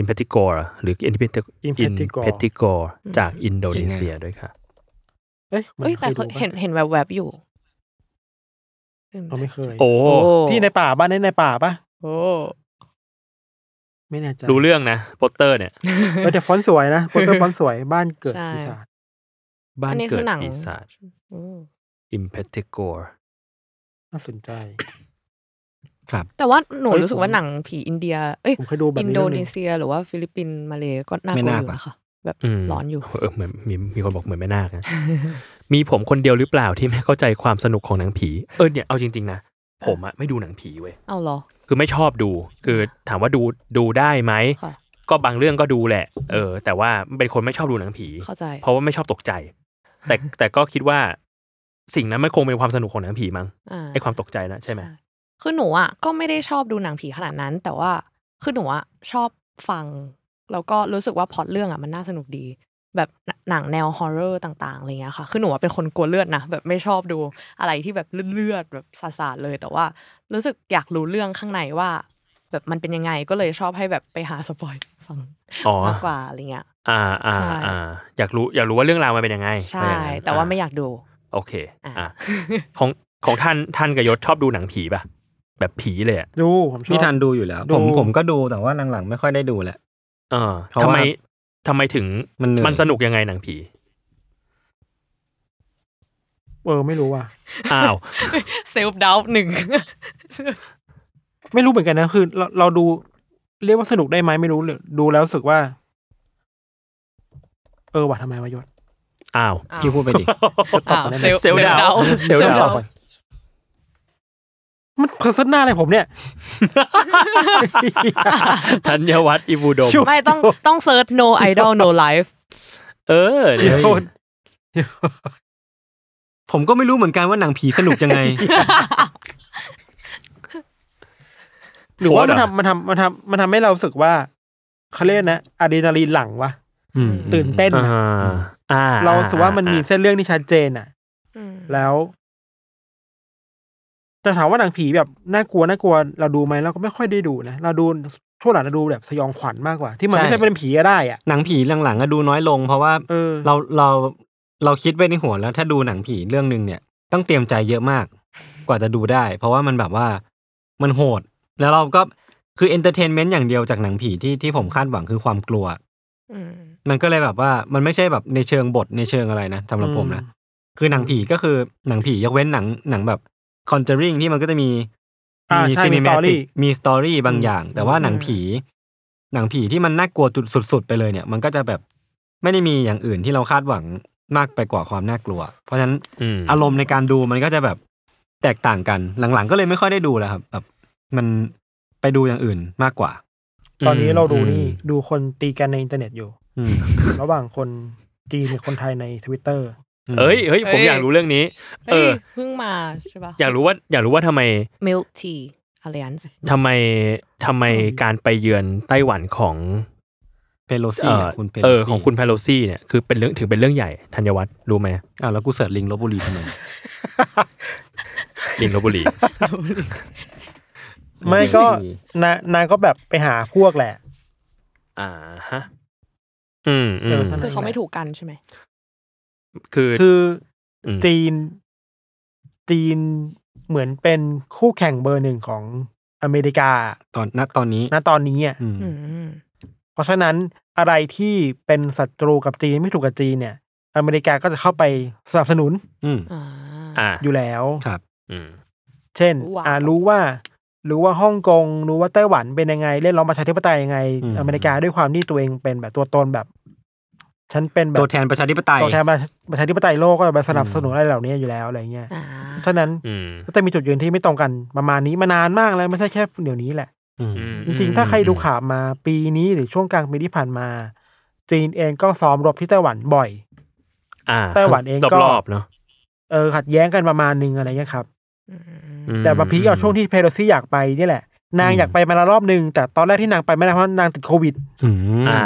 Speaker 3: Impetigo หรือ Impetigo
Speaker 2: Impetigo
Speaker 3: Impetigo
Speaker 4: อืม
Speaker 3: จากอินโดนีเซียด้วยค่ะ
Speaker 2: เอ้ยมัน
Speaker 4: เอ้ย
Speaker 2: เค
Speaker 4: แต่
Speaker 2: ยดู
Speaker 4: เขา
Speaker 2: ปะ
Speaker 4: เห็นเห็นแวบๆอยู่
Speaker 2: เราไม่เคย
Speaker 3: โอ้
Speaker 4: โอ้
Speaker 2: ที่ในป่าบ้านในในป่าปะ
Speaker 4: โอ้
Speaker 2: ไม่แน่ใจ
Speaker 3: รู้เรื่องนะโปสเตอร์เนี่ย
Speaker 2: เออแต่ฟอนต์สวยนะโปสเตอร์ฟอนต์สวยบ้านเกิดปีศาจ
Speaker 3: บ้าน
Speaker 4: อันนี้
Speaker 3: เกิ
Speaker 4: คื
Speaker 3: ด
Speaker 4: อหนัง
Speaker 3: ปีศาจ
Speaker 4: โอ้
Speaker 3: Impetigo
Speaker 2: น่าสนใจ
Speaker 1: ครับ
Speaker 4: แต่ว่าหนู
Speaker 2: เอ้ย
Speaker 4: รู้สึกว่า
Speaker 2: ผม
Speaker 4: หนังผีอินเดีย เอ้ย
Speaker 2: ผมเคยดูแบบ
Speaker 4: อิน
Speaker 2: นี้
Speaker 4: โด
Speaker 2: เรื่องหนึ
Speaker 4: นี
Speaker 2: ง
Speaker 4: เซีย หรือว่าฟิลิปปินส์มาเลก็น่ากลัวอยู่นะคะแบบ
Speaker 3: อืม
Speaker 4: ร้อนอยู่
Speaker 3: เออเหมือนมีมีคนบอกเหมือนแม่นาคนะ มีผมคนเดียวหรือเปล่าที่ไม่เข้าใจความสนุกของหนังผี เออเนี่ยเอาจริงๆนะ ผมอะไม่ดูหนังผีเว้ย
Speaker 4: เอาเหรอ
Speaker 3: คือไม่ชอบดู คือถามว่าดูดูได้ไหม
Speaker 4: ค่ะ
Speaker 3: ก็บางเรื่องก็ดูแหละ เออ แต่ว่าเป็นคนไม่ชอบดูหนังผี
Speaker 4: เข้าใจ
Speaker 3: เพราะว่าไม่ชอบตกใจ แต่ แต่ก็คิดว่าสิ่งนั้นมันคงเป็นความสนุกของหนังผีมั้ง
Speaker 4: อ่า
Speaker 3: ไอความตกใจนะใช่ไหม
Speaker 4: คือหนูอ่ะก็ไม่ได้ชอบดูหนังผีขนาดนั้น แต่ว่าคือหนูอ่ะชอบฟัง แล้วก็รู้สึกว่าพล็อตเรื่องอ่ะมันน่าสนุกดี แบบหนังแนวฮอร์เรอร์ต่างๆอะไรเงี้ยค่ะ คือหนูอะเป็นคนกลัวเลือดนะแบบไม่ชอบดูอะไรที่แบบเลือดๆแบบสาดๆเลย แต่ว่ารู้สึกอยากรู้เรื่องข้างในว่า แบบมันเป็นยังไงก็เลยชอบให้แบบไปหาสปอยฟัง
Speaker 3: อ๋อ
Speaker 4: มากกว่าอะไรเงี้ย
Speaker 3: อ่าอ่า
Speaker 4: ใช่
Speaker 3: อ่า อยากรู้อยากรู้ว่าเรื่องราวมันเป็นยังไง
Speaker 4: ใช่ แต่ว่าไม่อยากดู
Speaker 3: โอเค
Speaker 4: อ่า
Speaker 3: อ่าของของท่านท่านกับยศชอบดูหนังผีป่ะ แบบผีเลยอ่ะ
Speaker 2: ดูผมชอบ
Speaker 1: พี่ทันดูอยู่แล้ว ผม
Speaker 2: ดู
Speaker 1: ผมก็ดูแต่ว่าหลังๆ ไม่ค่อยได้ดูแหละ
Speaker 3: เออ
Speaker 1: เพราะ
Speaker 3: ทำไม
Speaker 1: ว่า
Speaker 3: ทำไมถึง
Speaker 1: มันเหนื่อย
Speaker 3: มันสนุกยังไงหนังผี
Speaker 2: เออไม่รู้อ่ะ
Speaker 3: อ้าว
Speaker 4: เซลฟ์ดาวหนึ่ง
Speaker 2: ไม่รู้เหมือนกันนะคือเราเราดู เรียกว่าสนุกได้ไหมไม่รู้เลยดูแล้วรู้สึกว่า เออว่ะทำไมวะยศ
Speaker 3: อ้าว
Speaker 1: พี่พูดไปดิ
Speaker 2: ตอบก่อนได้ไหม
Speaker 3: เซลล์ดาว
Speaker 1: เดี๋ยว
Speaker 2: เซลล์
Speaker 1: เดี๋ย
Speaker 2: ดา
Speaker 1: ว
Speaker 2: ก่อนมันเพอร์ซนาอะไรผมเนี่ย
Speaker 3: ธัญวัฒน์อิบูดม
Speaker 2: ชุบ
Speaker 4: ไม่ต้องต้องเซิร์ช no idol no life
Speaker 3: เออเดี๋ยว
Speaker 1: เฮ้ยผมก็ไม่รู้เหมือนกันว่าหนังผีสนุกยังไง
Speaker 2: หรือว่ามัน
Speaker 3: โพสต์
Speaker 2: ทำมันทำมันทำมันทำให้เรารู้สึกว่าเขาเรียกนะอะดรีนาลีนหลังวะ
Speaker 1: อืม
Speaker 2: ตื่นเต้น
Speaker 3: อ่า
Speaker 2: อะ
Speaker 3: อ่า
Speaker 2: เรารู้สึกว่ามันมีเส้นเรื่องที่ชัดเจนอ่ะ
Speaker 4: อืม
Speaker 2: แล้วแต่ถามว่าหนังผีแบบน่ากลัวน่ากลัวเราดูไหมเราก็ไม่ค่อยได้ดูนะเราดูช่วงหลังเราดูแบบสยองขวัญมากกว่า ที่มัน
Speaker 1: ใช่
Speaker 2: ไม่ใช่เป็นผีก็ได้อ่ะ
Speaker 1: หนังผีหลังๆก็ดูน้อยลง เพราะว่า
Speaker 2: เออ
Speaker 1: เราเราเราคิดไปในหัวแล้ว ถ้าดูหนังผีเรื่องหนึ่งเนี่ย ต้องเตรียมใจเยอะมาก กว่าจะดูได้ เพราะว่ามันแบบว่ามันโหด แล้วเราก็คือเอนเตอร์เทนเมนต์อย่างเดียวจากหนังผีที่ที่ผมคาดหวังคือความกลัว
Speaker 4: อืม
Speaker 1: มันก็เลยแบบว่ามันไม่ใช่แบบในเชิงบทในเชิงอะไรนะสำหรับผมนะ คือหนังผีก็คือหนังผียกเว้นหนังหนังแบบคอนเจอริงที่มันก็จะมี
Speaker 2: อ่าใช่มีสตอรี่
Speaker 1: มีสตอรี่บาง
Speaker 2: อืม
Speaker 1: อย่าง แต่ว่าหนังผี หนังผีที่มันน่ากลัวจุดสุด ๆ ไปเลยเนี่ย มันก็จะแบบไม่ได้มีอย่างอื่นที่เราคาดหวังมากไปกว่าความน่ากลัว เพราะฉะนั้น
Speaker 3: อืม
Speaker 1: อารมณ์ในการดูมันก็จะแบบแตกต่างกันหลังๆ ก็เลยไม่ค่อยได้ดูแล้วครับแบบมันไปดูอย่างอื่นมากกว่า
Speaker 2: ตอนนี้เราดูนี่ดูคนตีกันในอินเทอร์เน็ตอยู่
Speaker 1: อืม
Speaker 2: ระหว่างคนจีนกับคนไทยในทวิตเตอร์
Speaker 3: เอ้ยเฮ้ยผม
Speaker 4: เอ้ย
Speaker 3: อยากรู้เรื่องนี้ เอ
Speaker 4: เฮ้ย
Speaker 3: อ
Speaker 4: เพิ่งมาใช่ปะ
Speaker 3: อยากรู้ว่า อยากรู้ว่าทำไม
Speaker 4: Milk Tea Alliance
Speaker 3: ทำไมทำไมการไปเยือนไต้หวันของ
Speaker 1: เพโล
Speaker 3: เอ
Speaker 1: ซี่
Speaker 3: อ
Speaker 1: คุณเพโลซี่
Speaker 3: เออของคุณพาโลซี่เนี่ยคือเป็นเรื่องถึงเป็นเรื่องใหญ่ธัญวัฒน์รู้ไหม
Speaker 1: อ่าแล้วกูเสิร์ชลิงลบบุรีทำไม
Speaker 3: ลิงลพบุรี
Speaker 2: ไม่ก็นานางก็แบบไปหาพวกแหละ
Speaker 3: อ่าฮะอืมอื
Speaker 2: เอ
Speaker 3: ม
Speaker 2: อท่น
Speaker 4: คือเขาไม่ถูกกันใช่ไหม
Speaker 3: คือ
Speaker 2: คือ
Speaker 3: อืม
Speaker 2: จีน จีนเหมือนเป็นคู่แข่งเบอร์หนึ่งของอเมริกา
Speaker 1: ตอนณตอนนี้
Speaker 2: ณตอนนี้อ่ะ
Speaker 1: อืม
Speaker 4: อืม
Speaker 2: เพราะฉะนั้นอะไรที่เป็นศัตรูกับจีนไม่ถูกกับจีนเนี่ย อเมริกาก็จะเข้าไปสนับสนุน
Speaker 1: อืม
Speaker 4: อ่า
Speaker 3: อ่า
Speaker 2: อยู่แล้ว
Speaker 1: ครับ
Speaker 3: อืม
Speaker 2: เช่น
Speaker 4: ว้าว
Speaker 2: อ่ารู้ว่า รู้ว่าฮ่องกง รู้ว่าไต้หวันเป็นยังไง เล่นร้องประชาธิปไตยยังไง
Speaker 1: อืม
Speaker 2: อเมริกาด้วยความที่ตัวเองเป็นแบบตัวตนแบบ ฉันเป็นแบบ
Speaker 1: ตัวแทนประชาธิปไตย
Speaker 2: ตัวแทนประชาธิปไตยโลกก็ไปสนับสนุนอะไรเหล่านี้อยู่แล้วอะไรเงี้ย
Speaker 4: อ่า
Speaker 2: เพราะฉะนั้น
Speaker 3: อืม
Speaker 2: ก็จะมีจุดยืนที่ไม่ตรงกันประมาณนี้มานานมากแล้วไม่ใช่แค่เดี๋ยวนี้แหละ
Speaker 1: อืม
Speaker 3: อืม
Speaker 2: จริงๆ ถ้าใครดูข่าวมาปีนี้หรือช่วงกลางปีที่ผ่านมา จีนเองก็ซ้อมรบที่ไต้หวันบ่อย
Speaker 3: อ่า
Speaker 2: ไต้หวันเองก็
Speaker 3: รอบๆเนาะ
Speaker 2: เออขัดแย้งกันประมาณหนึงอะไรเงี้ยครับ
Speaker 4: อืม
Speaker 3: อื
Speaker 2: แต่มาพีคเอาช่วงที่เพโลซี่อยากไปนี่แหละ นางอยากไปมาละรอบหนึ่งแต่ตอนแรกที่นางไปไม่ได้เพราะนางติดโควิด
Speaker 1: อืม
Speaker 3: อ่า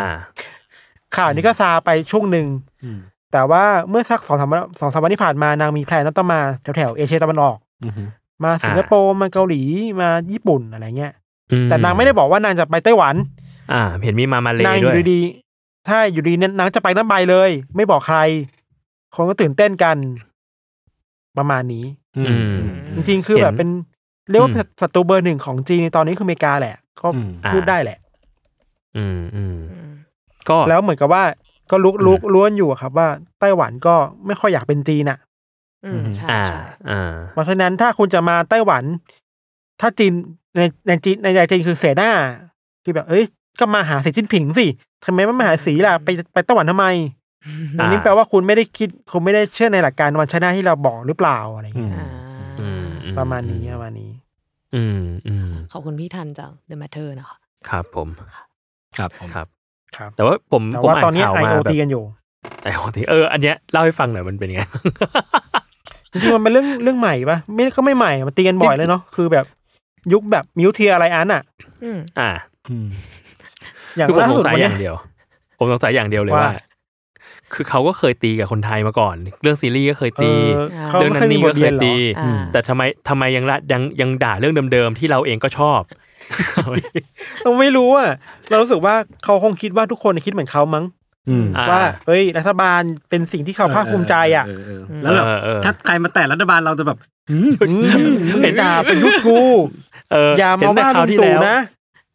Speaker 2: ข่าวนี้ก็ซาไปช่วงหนึ่ง
Speaker 1: อืม
Speaker 2: แต่ว่าเมื่อสักสองสามวันสองสามวันที่ผ่านมานางมีแพลนนัดต้องมาแถวแถวๆเอเชียตะวันออก
Speaker 1: อือฮึ
Speaker 2: มาสิงคโปร์มาเกาหลีมาญี่ปุ่นอะไรเงี้ย
Speaker 3: อื
Speaker 2: แต่นางไม่ได้บอกว่านางจะไปไต้หวัน
Speaker 3: อ่า เห็นมีมามาเล
Speaker 2: นางอ
Speaker 3: ด้ว
Speaker 2: ยู่
Speaker 3: ย
Speaker 2: ดีๆถ้าอยู่ดีๆนางจะไปนั่นไปเลย ไม่บอกใคร คนก็ตื่นเต้นกัน ประมาณนี้
Speaker 1: อื
Speaker 3: อื
Speaker 1: ม
Speaker 3: ม
Speaker 2: จริงๆ คือ
Speaker 3: เห็น
Speaker 2: แบบเป็นเรียกว่า
Speaker 3: อืม
Speaker 2: ศัตรูเบอร์หนึ่งของจีนในตอนนี้คืออเมริกาแหละ ก็
Speaker 1: อืม
Speaker 2: พูด
Speaker 3: อ่า
Speaker 2: ได้แหละ
Speaker 3: อืมอืม
Speaker 4: อืม
Speaker 3: ก็
Speaker 2: แล้วเหมือนกับว่าก็ลุก
Speaker 3: อืม
Speaker 2: ลุกล้วนอยู่อะครับว่าไต้หวันก็ไม่ค่อยอยากเป็นจีนอ่ะ
Speaker 4: อืมใช่
Speaker 3: อ่า
Speaker 4: ใช่
Speaker 3: อ่า
Speaker 2: เพราะฉะนั้นถ้าคุณจะมาไต้หวัน ถ้าจีนในในจีนในใจจีนคือเสยหน้าคือแบบเอ้ยก็มาหาสีจิ้นผิงสิทำไมไม่มาหาสีล่ะไปไปไต้หวันทำไมอันนี้
Speaker 3: อ่า
Speaker 2: แปลว่าคุณไม่ได้คิดคุณไม่ได้เชื่อในหลักการวันชนะที่เราบอกหรือเปล่าอะไรอย่างเงี้ย
Speaker 4: อ่า
Speaker 3: อืมอื
Speaker 2: ประมาณนี้ประมาณนี้
Speaker 3: อืมอืม
Speaker 4: ขอบคุณพี่ทันจาก The Matter นะคะ
Speaker 3: ครับผม
Speaker 1: ครับผม
Speaker 3: ครับ
Speaker 2: ครับ
Speaker 3: แต่ว่าผม
Speaker 2: แต่
Speaker 3: ผม
Speaker 2: ว่า
Speaker 3: อ่า
Speaker 2: ตอน
Speaker 3: น
Speaker 2: นี้
Speaker 3: ข่าว
Speaker 2: ไอ
Speaker 3: มา
Speaker 2: โอ
Speaker 3: แบบ
Speaker 2: ตีกันอยู่
Speaker 3: ไอโอทีเอออันเนี้ยเล่าให้ฟังหน่อยมันเป็นยังไง
Speaker 2: จริงๆมันเป็นเรื่องเรื่องใหม่ปะไม่ก็ไม่ใหม่มันตีกันบ่อยเลยเนาะคือแบบยุคแบบมิวเทียอะไรอันอะ
Speaker 4: อืม
Speaker 3: อ่า
Speaker 1: อืม
Speaker 2: อย่าง
Speaker 3: คือผม
Speaker 2: ล่า
Speaker 3: สง
Speaker 2: สุด
Speaker 3: สัย
Speaker 2: วัน
Speaker 3: อ
Speaker 2: เนี้
Speaker 3: ย่าย งเดียว ผมสงสัยอย่างเดียวเลย
Speaker 2: ว่า
Speaker 3: ว่า คือเขาก็เคยตีกับคนไทยมาก่อน เรื่องซีรีส์ก็เคย
Speaker 2: เอ
Speaker 3: ตี
Speaker 2: อ
Speaker 4: อ่า
Speaker 2: เขา
Speaker 3: เรื่อง
Speaker 2: ไม่
Speaker 3: นั้
Speaker 2: เคย
Speaker 3: น
Speaker 2: มี
Speaker 3: นี่
Speaker 2: บ
Speaker 3: ก็
Speaker 2: ท
Speaker 3: เค
Speaker 2: เรีย
Speaker 3: ย
Speaker 2: นเหร
Speaker 3: ตี
Speaker 2: อ
Speaker 4: อ่า
Speaker 3: แต่ทำไมทำไมยังละยังยังด่าเรื่องเดิมๆที่เราเองก็ชอบ
Speaker 2: เราไม่รู้อ่ะเรารู้สึกว่าเขาคงคิดว่าทุกคนคิดเหมือนเขามั้ง
Speaker 1: อืม
Speaker 3: อ่า
Speaker 2: ว่าเอ้ยรัฐบาลเป็นสิ่งที่เขาภาคภูมิใจอ่ะ
Speaker 6: เเเออแล้วแบบ
Speaker 3: เออเออ
Speaker 6: ถ้าใครมาแตะรัฐบาลเราจะแบบ
Speaker 2: เห็นด่าเป็นยุคกู
Speaker 3: เออ
Speaker 2: อย่ามา
Speaker 3: เห็นแต่
Speaker 2: ว่า
Speaker 3: คราว
Speaker 2: ลุง
Speaker 3: ที่
Speaker 2: ตู่
Speaker 3: แล้ว
Speaker 2: นะ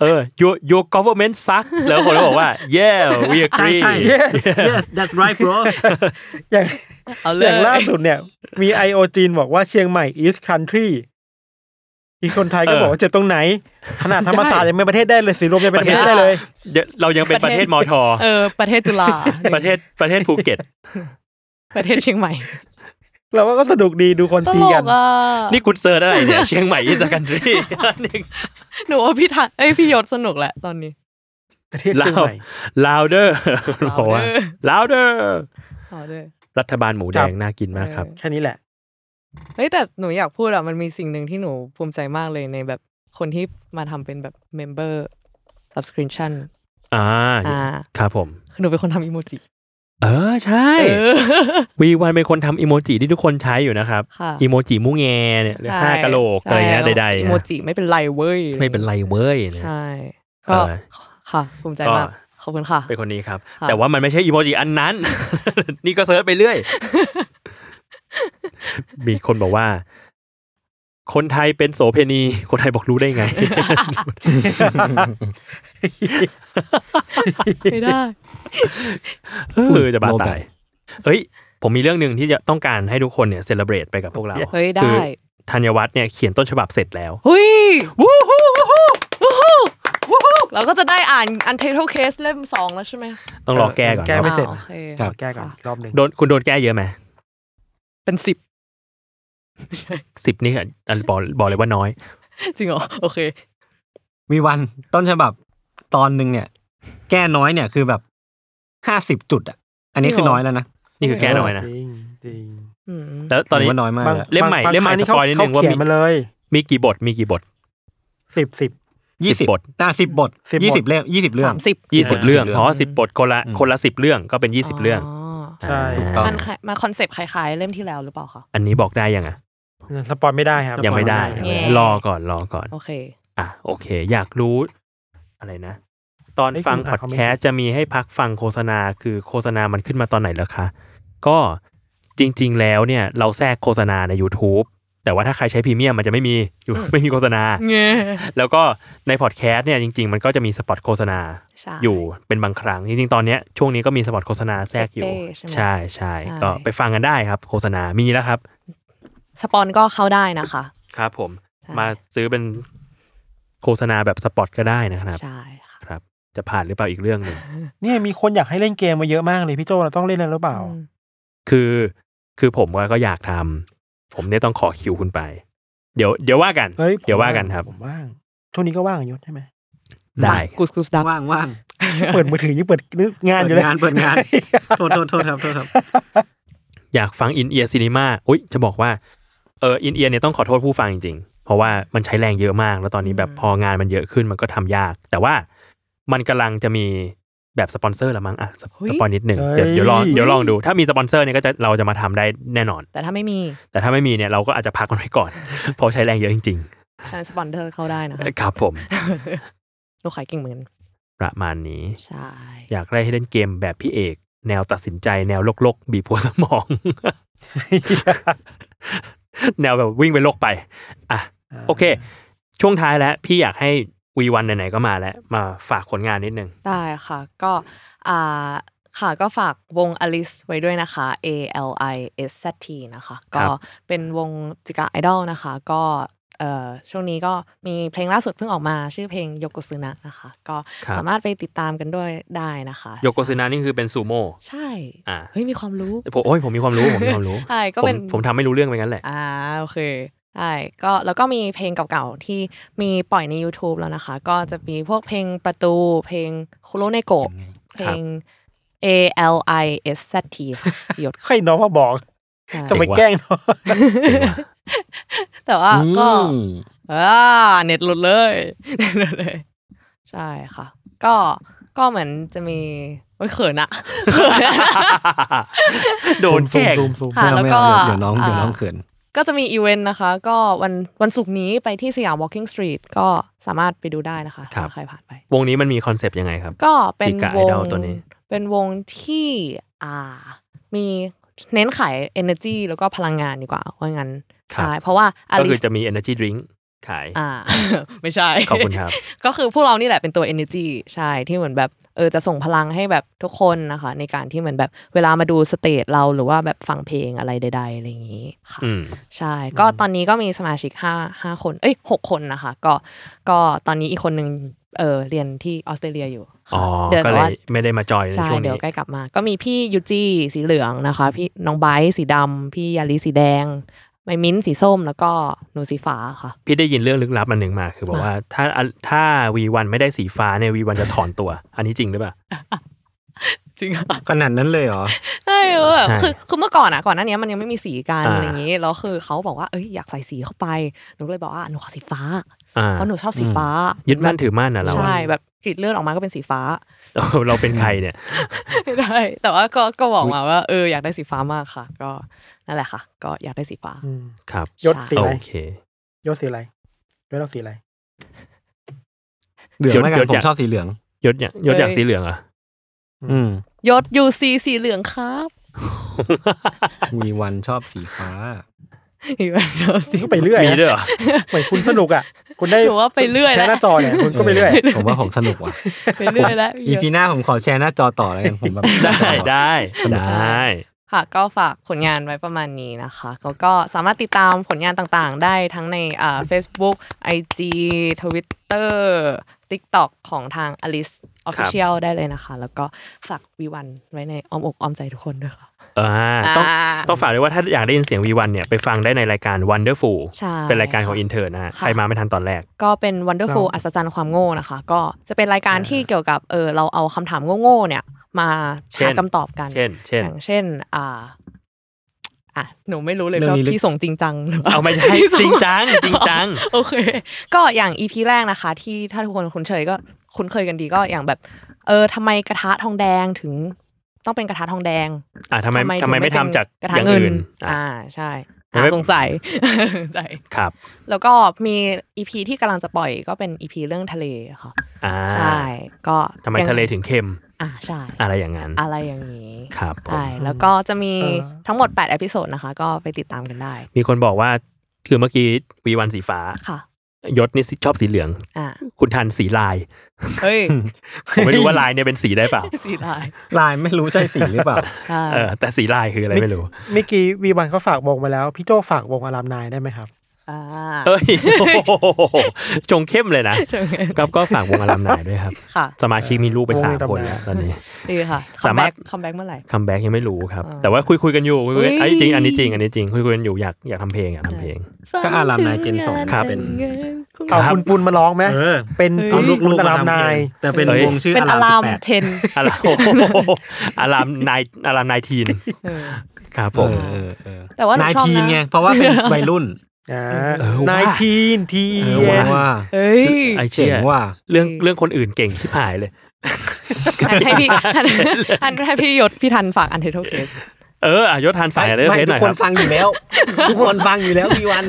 Speaker 3: เออ your your government suck แล้วคนก็บอกว่า yeah we
Speaker 6: ใช่
Speaker 3: agree
Speaker 6: ใช่ yes yes that's right bro
Speaker 2: อย่าง
Speaker 4: เอาเล
Speaker 2: อย ย่างล่าสุดเนี่ย มีไอโอจีนบอกว่าเชียงใหม่ East Country อีกคนไทยก็
Speaker 3: เออ
Speaker 2: บอกว่าเจ็บตรงไหน ขนาดธรรมศาสตร์ยังเป็นประเทศได้เลยสีลมยังเป็นประเทศได้เลย
Speaker 3: เดี๋ยวเรายังเป็นประเทศมอทอ
Speaker 4: เออ ประเทศจุฬา
Speaker 3: ประเทศประเทศภูเก็ต
Speaker 4: ประเทศเชียงใหม่
Speaker 2: เราว่าก็สนุกดีดูคน
Speaker 4: ต
Speaker 2: ตี
Speaker 4: ล
Speaker 2: กั
Speaker 4: ก
Speaker 2: น
Speaker 4: อ่ะ
Speaker 3: นี่กูเซิร์ชอะไรเนี่ย เชียงใหม่อิสกัน ที่หนึ่ง
Speaker 4: หนูว่าพี่ทันเอ้ยพี่ยศสนุกแหละตอนนี้
Speaker 2: ประเทศเชียงใหม่
Speaker 3: ลาวเด อร์บอกว่า
Speaker 4: Louder
Speaker 3: ลาวเดอร์
Speaker 4: เอาเลย
Speaker 3: รัฐบาลหมูแดง
Speaker 2: ครับ
Speaker 3: น่ากินมากครับ
Speaker 4: เออ
Speaker 2: แค่นี้แหละ
Speaker 4: เฮ้ยแต่หนูอยากพูดอะมันมีสิ่งหนึ่งที่หนูภูมิใจมากเลยในแบบคนที่มาทำเป็นแบบ member subscription
Speaker 3: อ่า
Speaker 4: อ่า
Speaker 3: ครับผม
Speaker 4: คือหนูเป็นคนทำอีโมจิ
Speaker 3: เออ ใช่
Speaker 4: เออ
Speaker 3: วีวันเป็นคนทำอีโมจิที่ทุกคนใช้อยู่นะครับ
Speaker 4: ค่ะ
Speaker 3: อีโมจิมุงแงเนี่ยหรือ
Speaker 4: ใช่
Speaker 3: ห้ากะโหลกอะไรเงี้ย
Speaker 4: ใช่
Speaker 3: ใดๆ
Speaker 4: อี
Speaker 3: นะ
Speaker 4: โมจิไม่เป็นไรเว้ยอะ
Speaker 3: ไม่เป็นไรเว้ยนะ
Speaker 4: ใช่ ก็
Speaker 3: เออ
Speaker 4: ค่ะ ภูมิใจมาก
Speaker 3: ก็
Speaker 4: ขอบคุณค่ะ
Speaker 3: เป็นคนนี้ครับ
Speaker 4: ค่ะ
Speaker 3: แต่ว่ามันไม่ใช่อีโมจิอัน นั้น นี่ก็เซิร์ชไปเรื่อย มีคนบอกว่า คนไทยเป็นโสเพณี คนไทยบอกรู้ได้ไง
Speaker 4: ไม่ได้
Speaker 3: เออจะบ้า
Speaker 1: โลกอะ
Speaker 3: ตายเอ้ย ผมมีเรื่องหนึ่งที่จะต้องการให้ทุกคนเนี่ยเซเลบรตไปกับพวกเรา
Speaker 4: เฮ้ย
Speaker 3: คือ
Speaker 4: ได้
Speaker 3: ธัญวัฒน์เนี่ยเขียนต้นฉบับเสร็จแล้ว
Speaker 4: หุยวู้ฮู้วู้ฮู้วู้ฮู้วู้ฮู้เราก็จะได้อ่านอันเท l e เคสเล่มสองแล้วใช่ไหม
Speaker 3: ต้องรอแก้ก่อน
Speaker 2: แก้ไม่
Speaker 3: ว่า
Speaker 2: เสร็จ
Speaker 4: อ่าโอค
Speaker 1: ครับ
Speaker 2: ขอแก้ก่อนรอบหนึ่ง
Speaker 3: โดนคุณโดนแก้เยอะไหม
Speaker 4: เป็นสิบ
Speaker 3: สิบนี่อะอันบอกบอกเลยว่าน้อย
Speaker 4: จริงเหรอโอเค
Speaker 1: วีวันต้นฉบับตอนหนึ่งเนี่ย แก้น้อยเนี่ยคือแบบห้าสิบจุดอ่ะ อันนี้คือน้อยแล้วนะ
Speaker 3: นี่คือแก้น้อยนะ
Speaker 2: จริงจริง
Speaker 4: อืม
Speaker 3: แล้วตอนนี้
Speaker 1: ถืว่าน้อยมาก
Speaker 2: บาง
Speaker 1: แล้ว
Speaker 3: เล่มใหม่
Speaker 2: บาง
Speaker 3: เล่มใหม่
Speaker 2: ครั้
Speaker 3: สปอยนิดนึง
Speaker 2: เขา
Speaker 3: ว่า
Speaker 2: เขีย
Speaker 3: มี
Speaker 2: นมาเลย
Speaker 3: มีกี่บท มีกี่บท
Speaker 2: สิบสิบ
Speaker 1: ยี่สิบ
Speaker 3: 10บท
Speaker 1: ตาสิบบท
Speaker 2: สิบ
Speaker 1: ยี่สิบเล่มยี่สิบเรื่อง
Speaker 4: สามสิบ
Speaker 3: ยี่สิบเรื่อง
Speaker 1: เรื่อง
Speaker 3: อ๋อสิบบทคนละ
Speaker 1: อืม
Speaker 3: คนละสิบเรื่องก็เป็นยี่สิบเรื่อง
Speaker 2: ใช่
Speaker 1: ถูกต้อง
Speaker 4: มันคล้ายมาคอนเซปต์คล้ายๆ เล่มที่แล้วหรือเปล่าคะ
Speaker 3: อันนี้บอกได้ยังอ่ะ
Speaker 2: สปอยไม่ได้ครับ
Speaker 3: ยังไม่ได้
Speaker 2: สปอ
Speaker 3: ยัง
Speaker 2: ม่
Speaker 3: ไม่ได้
Speaker 4: แย่
Speaker 3: รอก่อนรอก่อน
Speaker 4: โอเค
Speaker 3: อ่ะโอเค อยากรู้อะไรนะ ตอนฟังพอดแคสต์จะมีให้พักฟังโฆษณาคือโฆษณามันขึ้นมาตอนไหนแล้วคะ ก็จริง ๆ แล้วเนี่ย เราแทรกโฆษณาใน YouTube แต่ว่าถ้าใครใช้พรีเมียมมันจะไม่มี อยู่ไม่มีโฆษณา
Speaker 4: เง
Speaker 3: แล้วก็ในพอดแคสต์เนี่ยจริง ๆ มันก็จะมีสปอตโฆษณา
Speaker 4: ใช่
Speaker 3: อยู่เป็นบางครั้ง จริง ๆ ตอนเนี้ยช่วงนี้ก็มีสปอตโฆษณาแทรกอยู่
Speaker 4: เซเป้ใช่ไหม
Speaker 3: ใช่ใช่
Speaker 4: ใช่
Speaker 3: ก็ไปฟังกันได้ครับ โฆษณามีแล้วครับ
Speaker 4: สปอนก็เข้าได้นะคะ
Speaker 3: ครับ ผม
Speaker 4: ใช่
Speaker 3: มาซื้อเป็นโฆษณาแบบสปอตก็ได้นะครับ
Speaker 4: ใช่ค่ะ
Speaker 3: ครับจะผ่านหรือเปล่าอีกเรื่องหนึ่ง
Speaker 2: เนี่ยมีคนอยากให้เล่นเกมมาเยอะมากเลยพี่โจเราต้องเล่นแล้วหรือเปล่า
Speaker 4: อืม
Speaker 3: คือคือผมว่าก็อยากทำผมเนี่ยต้องขอคิวคุณไป เดี๋ยวเดี๋ยวว่ากัน
Speaker 2: เฮ้ย
Speaker 3: เดี๋ยวว่ากันครับ
Speaker 2: ผมว่างช่วงนี้ก็ว่างยศ ใช่ไหม
Speaker 3: ได้
Speaker 4: กูสกูสดัก
Speaker 6: ว่างว่าง
Speaker 2: เปิดมือถือยิ่งเปิดนึกงานอยู่เลย
Speaker 6: งานเปิดงาน โทษโทษโทษครับโทษครับ
Speaker 3: อยากฟังอินเอียร์ซีนีมาอุ้ยจะบอกว่าเอออินเอียร์เนี่ยต้องขอโทษผู้ฟังจริงๆ เพราะว่ามันใช้แรงเยอะมาก แล้วตอนนี้แบบพองานมันเยอะขึ้นมันก็ทำยาก แต่ว่ามันกำลังจะมี แบบสปอนเซอร์ละมั้งอ่ะสป
Speaker 4: เฮ้ย
Speaker 3: สปอนนิดหนึ่งเดี๋ยว
Speaker 2: เฮ้ย
Speaker 3: เดี๋ยวลองเดี๋ยวลองดู ถ้ามีสปอนเซอร์เนี่ยก็จะเราจะมาทำได้แน่นอน
Speaker 4: แต่ถ้าไม่มี
Speaker 3: แต่ถ้าไม่มีเนี่ยเราก็อาจจะพักมันไว้ก่อน เพราะใช้แรงเยอะจริง
Speaker 4: ฉันสปอนเซอร์เข้าได้นะ
Speaker 3: ๆ
Speaker 4: คะ
Speaker 3: เอ่อครับผม
Speaker 4: เราขายกิ่งเหมือน
Speaker 3: ประมาณนี้
Speaker 4: ใช่
Speaker 3: อยากได้ให้เล่นเกมแบบพี่เอก แนวตัดสินใจแนวโลกๆบีบหัวสมอง แนวแบบวิ่งไปโลกไปอ่ะ โอเค ช่วงท้ายแล้ว พี่อยากให้วีวันไหนๆก็มาแล้ว มาฝากผลงานนิดนึง
Speaker 4: ได้ค่ะก็อ่าค่ะก็ฝากวง Alice ไว้ด้วยนะคะ A L I S Z T นะคะ
Speaker 3: ครั
Speaker 4: ก็
Speaker 3: บ
Speaker 4: เป็นวงจิกาไอดอลนะคะ ก็เอ่อช่วงนี้ก็มีเพลงล่าสุดเพิ่งออกมาชื่อเพลงโยโกซึนะนะคะ ก็สามารถไปติดตามกันด้วยได้นะคะ
Speaker 3: โยโกซึนะนี่คือเป็นซูโม่
Speaker 4: ใช่
Speaker 3: อ่า
Speaker 4: เฮ้ยมีความรู้
Speaker 3: ผมโอ้ยผมมีความรู้ผมมีความรู้
Speaker 4: ใช่ก็
Speaker 3: ผม
Speaker 4: เป็น
Speaker 3: ผมทำไม่รู้เรื่องไปงั้นแหละ
Speaker 4: อ่าโอเคใช่ก็แล้วก็มีเพลงเก่าๆ ที่มีปล่อยใน YouTube แล้วนะคะ ก็จะมีพวกเพลงประตูเพลงคุโรเนโกะ
Speaker 3: ยังไงครับ
Speaker 4: เพลง A L I S Z T ค่ะพี่ยศ
Speaker 2: ใครน้องมาบอก
Speaker 4: ใช่
Speaker 2: จะไปแกล้งน้อง
Speaker 3: จริงว่ะ
Speaker 4: แต่ว่าก็
Speaker 3: อืม
Speaker 4: อ่าเน็ตหลุดเลย เน็ตหลุดเลย ใช่ค่ะ ก็ก็เหมือนจะมีโอ้ยเขินอะ เขินอะ
Speaker 3: โดนแกล้ง
Speaker 2: ซูมซูมซูม
Speaker 4: ค่ะ
Speaker 1: ไม่เอา
Speaker 4: แล้ว
Speaker 1: ไม่
Speaker 4: ก็
Speaker 1: เอาเดี๋ยวเดี๋ยวน้อง
Speaker 4: อ่า
Speaker 1: เดี๋ยวน้องเขิน
Speaker 4: ก็จะมีอีเวนต์นะคะ ก็วันวันศุกร์นี้ไปที่สยาม Walking Street ก็สามารถไปดูได้นะคะ
Speaker 3: ครับ
Speaker 4: ถ้าใครผ่านไป
Speaker 3: วงนี้มันมีคอนเซปต์ยังไงครับ
Speaker 4: ก็เป็น
Speaker 3: จิกะ
Speaker 4: วง
Speaker 3: Idol ตัวนี้
Speaker 4: เป็นวงที่อ่ามีเน้นขาย energy แล้วก็พลังงานดีกว่าว่างั้น
Speaker 3: ครับ
Speaker 4: ใช่เพราะว่าอ
Speaker 3: ก็
Speaker 4: ลิ
Speaker 3: คือ
Speaker 4: ส
Speaker 3: จะมี energy drink ขาย
Speaker 4: อ่า ไม่ใช่
Speaker 3: ขอบคุณครับ
Speaker 4: ก็คือพวกเรานี่แหละเป็นตัว energy ใช่ที่เหมือนแบบเออจะส่งพลังให้แบบทุกคนนะคะ ในการที่เหมือนแบบเวลามาดูสเตจเราหรือว่าแบบฟังเพลงอะไรใด ๆ อะไรอย่างนี้ค่ะ
Speaker 3: อืม
Speaker 4: ใช่ ก็ตอนนี้ก็มีสมาชิกห้าห้าคน เอ้ยหกคนนะคะ ก็ ก็ตอนนี้อีกคนนึงเออเรียนที่ออสเตรเลียอยู่ค่ะ
Speaker 3: อ๋อ
Speaker 4: ดี๋ว
Speaker 3: ก็
Speaker 4: แต่
Speaker 3: เล
Speaker 4: ว่าย
Speaker 3: ไม่ได้มาจอยใน
Speaker 4: ใช่
Speaker 3: ช่วง
Speaker 4: เดี๋ย
Speaker 3: นี้
Speaker 4: วใกล้กลับมา ก็มีพี่ยูจีสีเหลืองนะคะ พี่น้องไบร์ทสีดำ พี่ยาลิสีแดง ไมมิ้นท์สีส้ม แล้วก็หนูสีฟ้าค่ะ
Speaker 3: พี่ได้ยินเรื่องลึกลับมันหนึ่งมา คือบอกว่าถ้าถ้าวีวันไม่ได้สีฟ้าเนี่ยวีวันจะถอนตัว อันนี้จริงหรือเปล่า
Speaker 4: จริงค่ะ
Speaker 1: ขนาดนั้นเลยเหรอ
Speaker 4: ใช่เออแบบ
Speaker 3: ใช่
Speaker 4: คือคือเมื่อก่อนอ่ะก่อนหน้านี้มันยังไม่มีสีกัน
Speaker 3: อ่า
Speaker 4: อะไรอย่างนี้แล้วคือเขาบอกว่าเอ้ยอยากใส่สีเข้าไปหนูก็เลยบอกว่าหนูขอสีฟ้า
Speaker 3: อ่า
Speaker 4: เพราะหนูชอบสีฟ้า
Speaker 3: ยึดมั่นถือมั่นนะเราอะ
Speaker 4: ใช่แบบกรีดเลือดออกมาก็เป็นสีฟ้า
Speaker 3: เรา เราเป็นใครเนี่ย
Speaker 4: ได้ แต่ว่าก็ก็บอกมาว่าเอออยากได้สีฟ้ามากค่ะ ก็นั่นแหละค่ะ ก็อยากได้สีฟ้า
Speaker 2: อืม
Speaker 3: ครับ
Speaker 2: ยศสี
Speaker 3: โอ
Speaker 2: อะไร
Speaker 3: เค
Speaker 2: ยศสีอะไรยศเราสีอะไร
Speaker 1: เหลืองแล้วกั
Speaker 3: เดี๋ย
Speaker 1: นผ
Speaker 3: วจะ
Speaker 1: มชอบสีเหลือง
Speaker 3: ยศอยากยศอยาก
Speaker 4: เอ้ย
Speaker 3: สีเหลืองเหรอ่ะ
Speaker 1: อืม
Speaker 4: ยศ UC สีเหลืองครับ
Speaker 1: มีวันชอบสีฟ้า
Speaker 4: อยู่แบบเดียวสี
Speaker 2: ก็ไปเรื่อย
Speaker 3: มีด้วยเหรอ
Speaker 2: เหมือนคุณสนุกอ่ะ คุณได้
Speaker 4: หนูว่าไปเรื่อย
Speaker 2: แช
Speaker 4: แล้ว
Speaker 2: ร์หน้าจอเนี่ยคุณก็ไปเรื่อย
Speaker 1: ผมว่าผมสนุกว่ะ
Speaker 4: ไปเรื่อยแล้ว
Speaker 1: EP หน้าผมขอแชร์หน้าจอต่อแล้วกันผมแบบ
Speaker 3: ได้ได้
Speaker 1: สนุก
Speaker 3: ได้
Speaker 4: ค่ะ ก็ฝากผลงานไว้ประมาณนี้นะคะแล้วก็สามารถติดตามผลงานต่างๆ ได้ทั้งในอ่า Facebook IG Twitter TikTok ของทาง Alice Official ได้เลยนะคะ แล้วก็ฝากวีวันไว้ในอ้อมอกอ้อมใจทุกคนด้วยค่ะ
Speaker 3: เออต้อง
Speaker 4: อ่า
Speaker 3: ต้องฝากด้วยว่าถ้าอยากได้ยินเสียงวีวันเนี่ยไปฟังได้ในรายการ Wonderful
Speaker 4: ใช่
Speaker 3: เป็นรายการของ
Speaker 4: ค่ะ
Speaker 3: อินเทอร์นะฮะ
Speaker 4: ค่ะ
Speaker 3: ใครมาไม่ทันตอนแรก
Speaker 4: ก็เป็น Wonderful
Speaker 2: เรา
Speaker 4: อัศจรรย์ความโง่นะคะ ก็จะเป็นรายการที่เกี่ยวกับเออเราเอาคำถามโง่ๆเนี่ย มา
Speaker 3: เช่
Speaker 4: หาน คำตอบกัน
Speaker 3: เช่น เช่น
Speaker 4: อย่างเช่น อ่าอ่ะหนูไม่รู้เลย
Speaker 1: เรื่อ
Speaker 4: ว่าง
Speaker 1: นี้ลึก
Speaker 4: พี่ส่งจริงจังหรือปล่
Speaker 3: เอาไม่ ใช่
Speaker 4: พี่ส่
Speaker 3: จริงจังจริงจัง
Speaker 4: โอเค ก็อย่าง EP แรกนะคะ ที่ถ้าทุกคนคุ้นเคยก็คุ้นเคยกันดีก็อย่างแบบ เออทำไมกระทะทองแดงถึง ต้องเป็นกระทะทองแดง
Speaker 3: อ่ะทำไมทำ
Speaker 4: ถึง
Speaker 3: ไมไม่ทำ
Speaker 4: เป็น
Speaker 3: จาก
Speaker 4: กระ
Speaker 3: อ
Speaker 4: ทะ
Speaker 3: ย่าง
Speaker 4: เงิน
Speaker 3: อื่นอ่ะ
Speaker 4: อ่าใช่
Speaker 3: ทำไม
Speaker 4: อ่า
Speaker 3: ไม่
Speaker 4: สงสัย สงสัย
Speaker 3: ครับ
Speaker 4: แล้วก็มีอีพีที่กำลังจะปล่อยก็เป็นอีพีเรื่องทะเลค่ะ
Speaker 3: อ่า
Speaker 4: ใช่ก็
Speaker 3: ทำไม
Speaker 4: ยัง
Speaker 3: ทะเลถึงเค็ม
Speaker 4: อ่าใช่
Speaker 3: อะไรอย่างนั้น
Speaker 4: อะไรอย่างนี้
Speaker 3: ครับผม
Speaker 4: ใช่แล้วก็จะมี
Speaker 2: เออ
Speaker 4: ทั้งหมด8เอพิโซดนะคะ ก็ไปติดตามกันได้
Speaker 3: มีคนบอกว่าคือเมื่อกี้วีวันสีฟ้า
Speaker 4: ค่ะ
Speaker 3: ยศนี่ชอบสีเหลือง
Speaker 4: อ่า
Speaker 3: คุณทันสีลาย
Speaker 4: เฮ้ย
Speaker 3: ผมไม่รู้ว่าลายเนี่ยเป็นสีได้เปล่า
Speaker 4: สีลาย
Speaker 1: ลายไม่รู้ใช่สีหรือเปล่า
Speaker 4: ใช่
Speaker 3: เออ แต่สีลายคืออะไรไม่รู้
Speaker 2: เมื่อกี้วีวันเขาฝากวงมาแล้ว พี่โจฝากวงอารามนายได้ไหมครับ
Speaker 4: อ่า
Speaker 3: เอ้ย โอ้โหจงเข้มเลยนะ ครับก็ฝากวงอารามนายด้วยครับ
Speaker 4: ค่ะ
Speaker 3: สมาชิกมีลูกไป
Speaker 2: โอ้ย
Speaker 3: สาม
Speaker 2: ตำ
Speaker 3: คน
Speaker 2: นาน
Speaker 3: แล้วตอนนี้
Speaker 4: ดีค่ะคั
Speaker 3: สาม มา
Speaker 4: แบ็
Speaker 3: รถ
Speaker 4: กคัมแบ็กเมื่อไหร่
Speaker 3: คัมแบ็กยังไม่รู้ครับ
Speaker 4: อ่า
Speaker 3: แต่ว่าคุยคุยๆกันอยู่คุยๆกัน
Speaker 4: เฮ้ย
Speaker 3: ไอ้ยจริงอันนี้จริงอันนี้จริงคุยคุยๆกันอยู่อยากอยากทำเพลงอยากทำเพลง
Speaker 1: ก็อารามนายเจนสอง
Speaker 3: ครับ
Speaker 1: เป็น
Speaker 2: เอาคุณปุณมาร้องไหม
Speaker 6: เออ
Speaker 2: เป็น
Speaker 6: เอาลูก
Speaker 2: คุณ
Speaker 6: ลูก
Speaker 2: อาราม
Speaker 6: ทำ
Speaker 2: นาย
Speaker 6: เองแต่เป็น
Speaker 3: เอ้ย
Speaker 6: วงชื่อ
Speaker 4: เป็น
Speaker 6: อา
Speaker 4: อาราร
Speaker 6: าม
Speaker 4: ม
Speaker 6: แปด
Speaker 4: เทน
Speaker 3: อารามโอ้โหอารามนายอารามนายทีน
Speaker 4: เออ
Speaker 3: ครับผ
Speaker 1: เอ
Speaker 3: ม
Speaker 1: อเออเออ
Speaker 4: แต่ว่าหนู
Speaker 1: นาย
Speaker 4: ชอบนะ
Speaker 1: ทีนไงเพราะว่าเป็นวัยรุ่น
Speaker 2: อ่า
Speaker 3: เออว่ะ
Speaker 2: นายทีนที
Speaker 1: เออว่าว่า
Speaker 4: เฮ้ย
Speaker 3: ไอ
Speaker 1: เจ๋
Speaker 3: เชี่ย
Speaker 1: งว่า
Speaker 3: เรื่อง
Speaker 4: จริง
Speaker 3: เรื่องคนอื่นเก่งชิบหายเลย
Speaker 4: อันให้พี่อันอันให้พี่ยศพี่ทันฝากอันเทอร์เทส
Speaker 3: เอออ่ะยศทานฝ่ายได้
Speaker 6: ไม่
Speaker 3: เทส
Speaker 6: ทุ
Speaker 3: หน่อย
Speaker 6: กค
Speaker 3: ครั
Speaker 6: น
Speaker 3: บ
Speaker 6: ฟังอยู่แล้วทุกคนฟังอยู่แล้วพี่วัน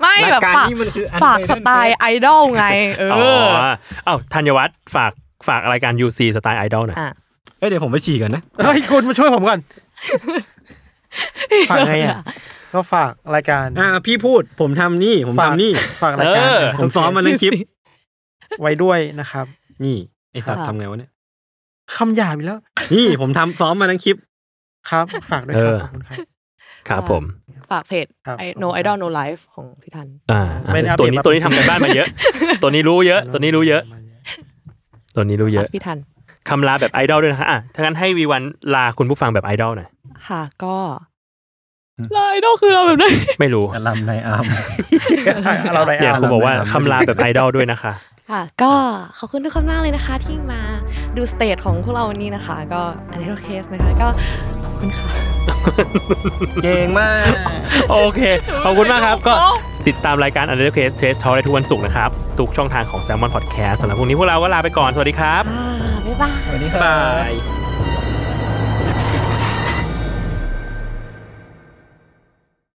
Speaker 4: ไม่
Speaker 6: ราย
Speaker 4: แบบ
Speaker 6: การ
Speaker 4: ฝาก
Speaker 6: นี้มันคือ
Speaker 4: ฝาก
Speaker 6: Untitled
Speaker 4: สไตล์ไอดอลไง เอ
Speaker 3: อ๋อ
Speaker 4: อ
Speaker 3: เอ้าธัญวัฒน์ฝากฝากรายการ UC สไตล์ไอดอลหน่อย
Speaker 4: อ่ะ
Speaker 1: เอ้ยเดี๋ยวผมไปฉี่ก่อนนะ
Speaker 2: เฮ้ยคุณมาช่วยผมก่อน ฝากไงอ่ะก็ฝากรายการ
Speaker 6: อ่าพี่พูดผมทำนี่ผมทำนี่
Speaker 2: ฝากรายการ
Speaker 6: ผมซ้อมมาทั้งคลิ ป
Speaker 2: ไว้ด้วยนะครับ
Speaker 6: นี่ไอสัตว์ทำไงวะเนี่ย
Speaker 2: คำหยาบอีกแล้ว
Speaker 6: นี่ผมทำซ้อมมาทั้งคลิป
Speaker 2: ครับ ฝากด้วยครับขอบคุณครับ
Speaker 3: ครับผม
Speaker 4: ฝากเพจ
Speaker 2: ครับ
Speaker 4: ไอโนไอดอลโนไลฟ์ของพี่ทัน
Speaker 3: อ่า
Speaker 2: ไม่ได้อัป
Speaker 3: ตัว
Speaker 2: เดต
Speaker 3: นี้
Speaker 2: มา
Speaker 3: ตัวนี้ทำกันบ้านมาเยอะ ตัวนี้รู้เยอะ ตัวนี้รู้เยอะ ตัวนี้รู้เย
Speaker 4: ฝา
Speaker 3: อะ
Speaker 4: กพี่ทัน
Speaker 3: คำลาแบบไอดอลด้วยนะคะอ่ะถ้างั้นให้วีวันลาคุณผู้ฟังแบบไอดอลหน่อย
Speaker 4: ค่ะก็ไอดอลคือเราแบบไหน
Speaker 3: ไม่รู้
Speaker 6: อลัมไนอาร์ม
Speaker 2: เราได้
Speaker 3: เนี่ย
Speaker 2: อ่าน
Speaker 3: เขาบอกว่า
Speaker 6: ลาไม่รู้
Speaker 3: คำลาแบบไอดอลด้วยนะคะ
Speaker 4: ค่ะก็ขอบคุณทุกคนมากเลยนะคะที่มาดูสเตจของพวกเราวันนี้นะคะ ก็อันนี้เคสนะคะก็ขอบคุณค่ะ
Speaker 6: เก่งมาก
Speaker 3: โอเค ขอบคุณมากครับ ก็ติดตามรายการ u n d e r c a s e Trace Talk ได้ทุกวันศุกร์นะครับ ทุกช่องทางของ Salmon Podcast สำหรับพรุ่งนี้พวกเราก็ลาไปก่อน สวัสดีครับ
Speaker 4: อ่า บ๊ายบาย
Speaker 3: บ๊ายบาย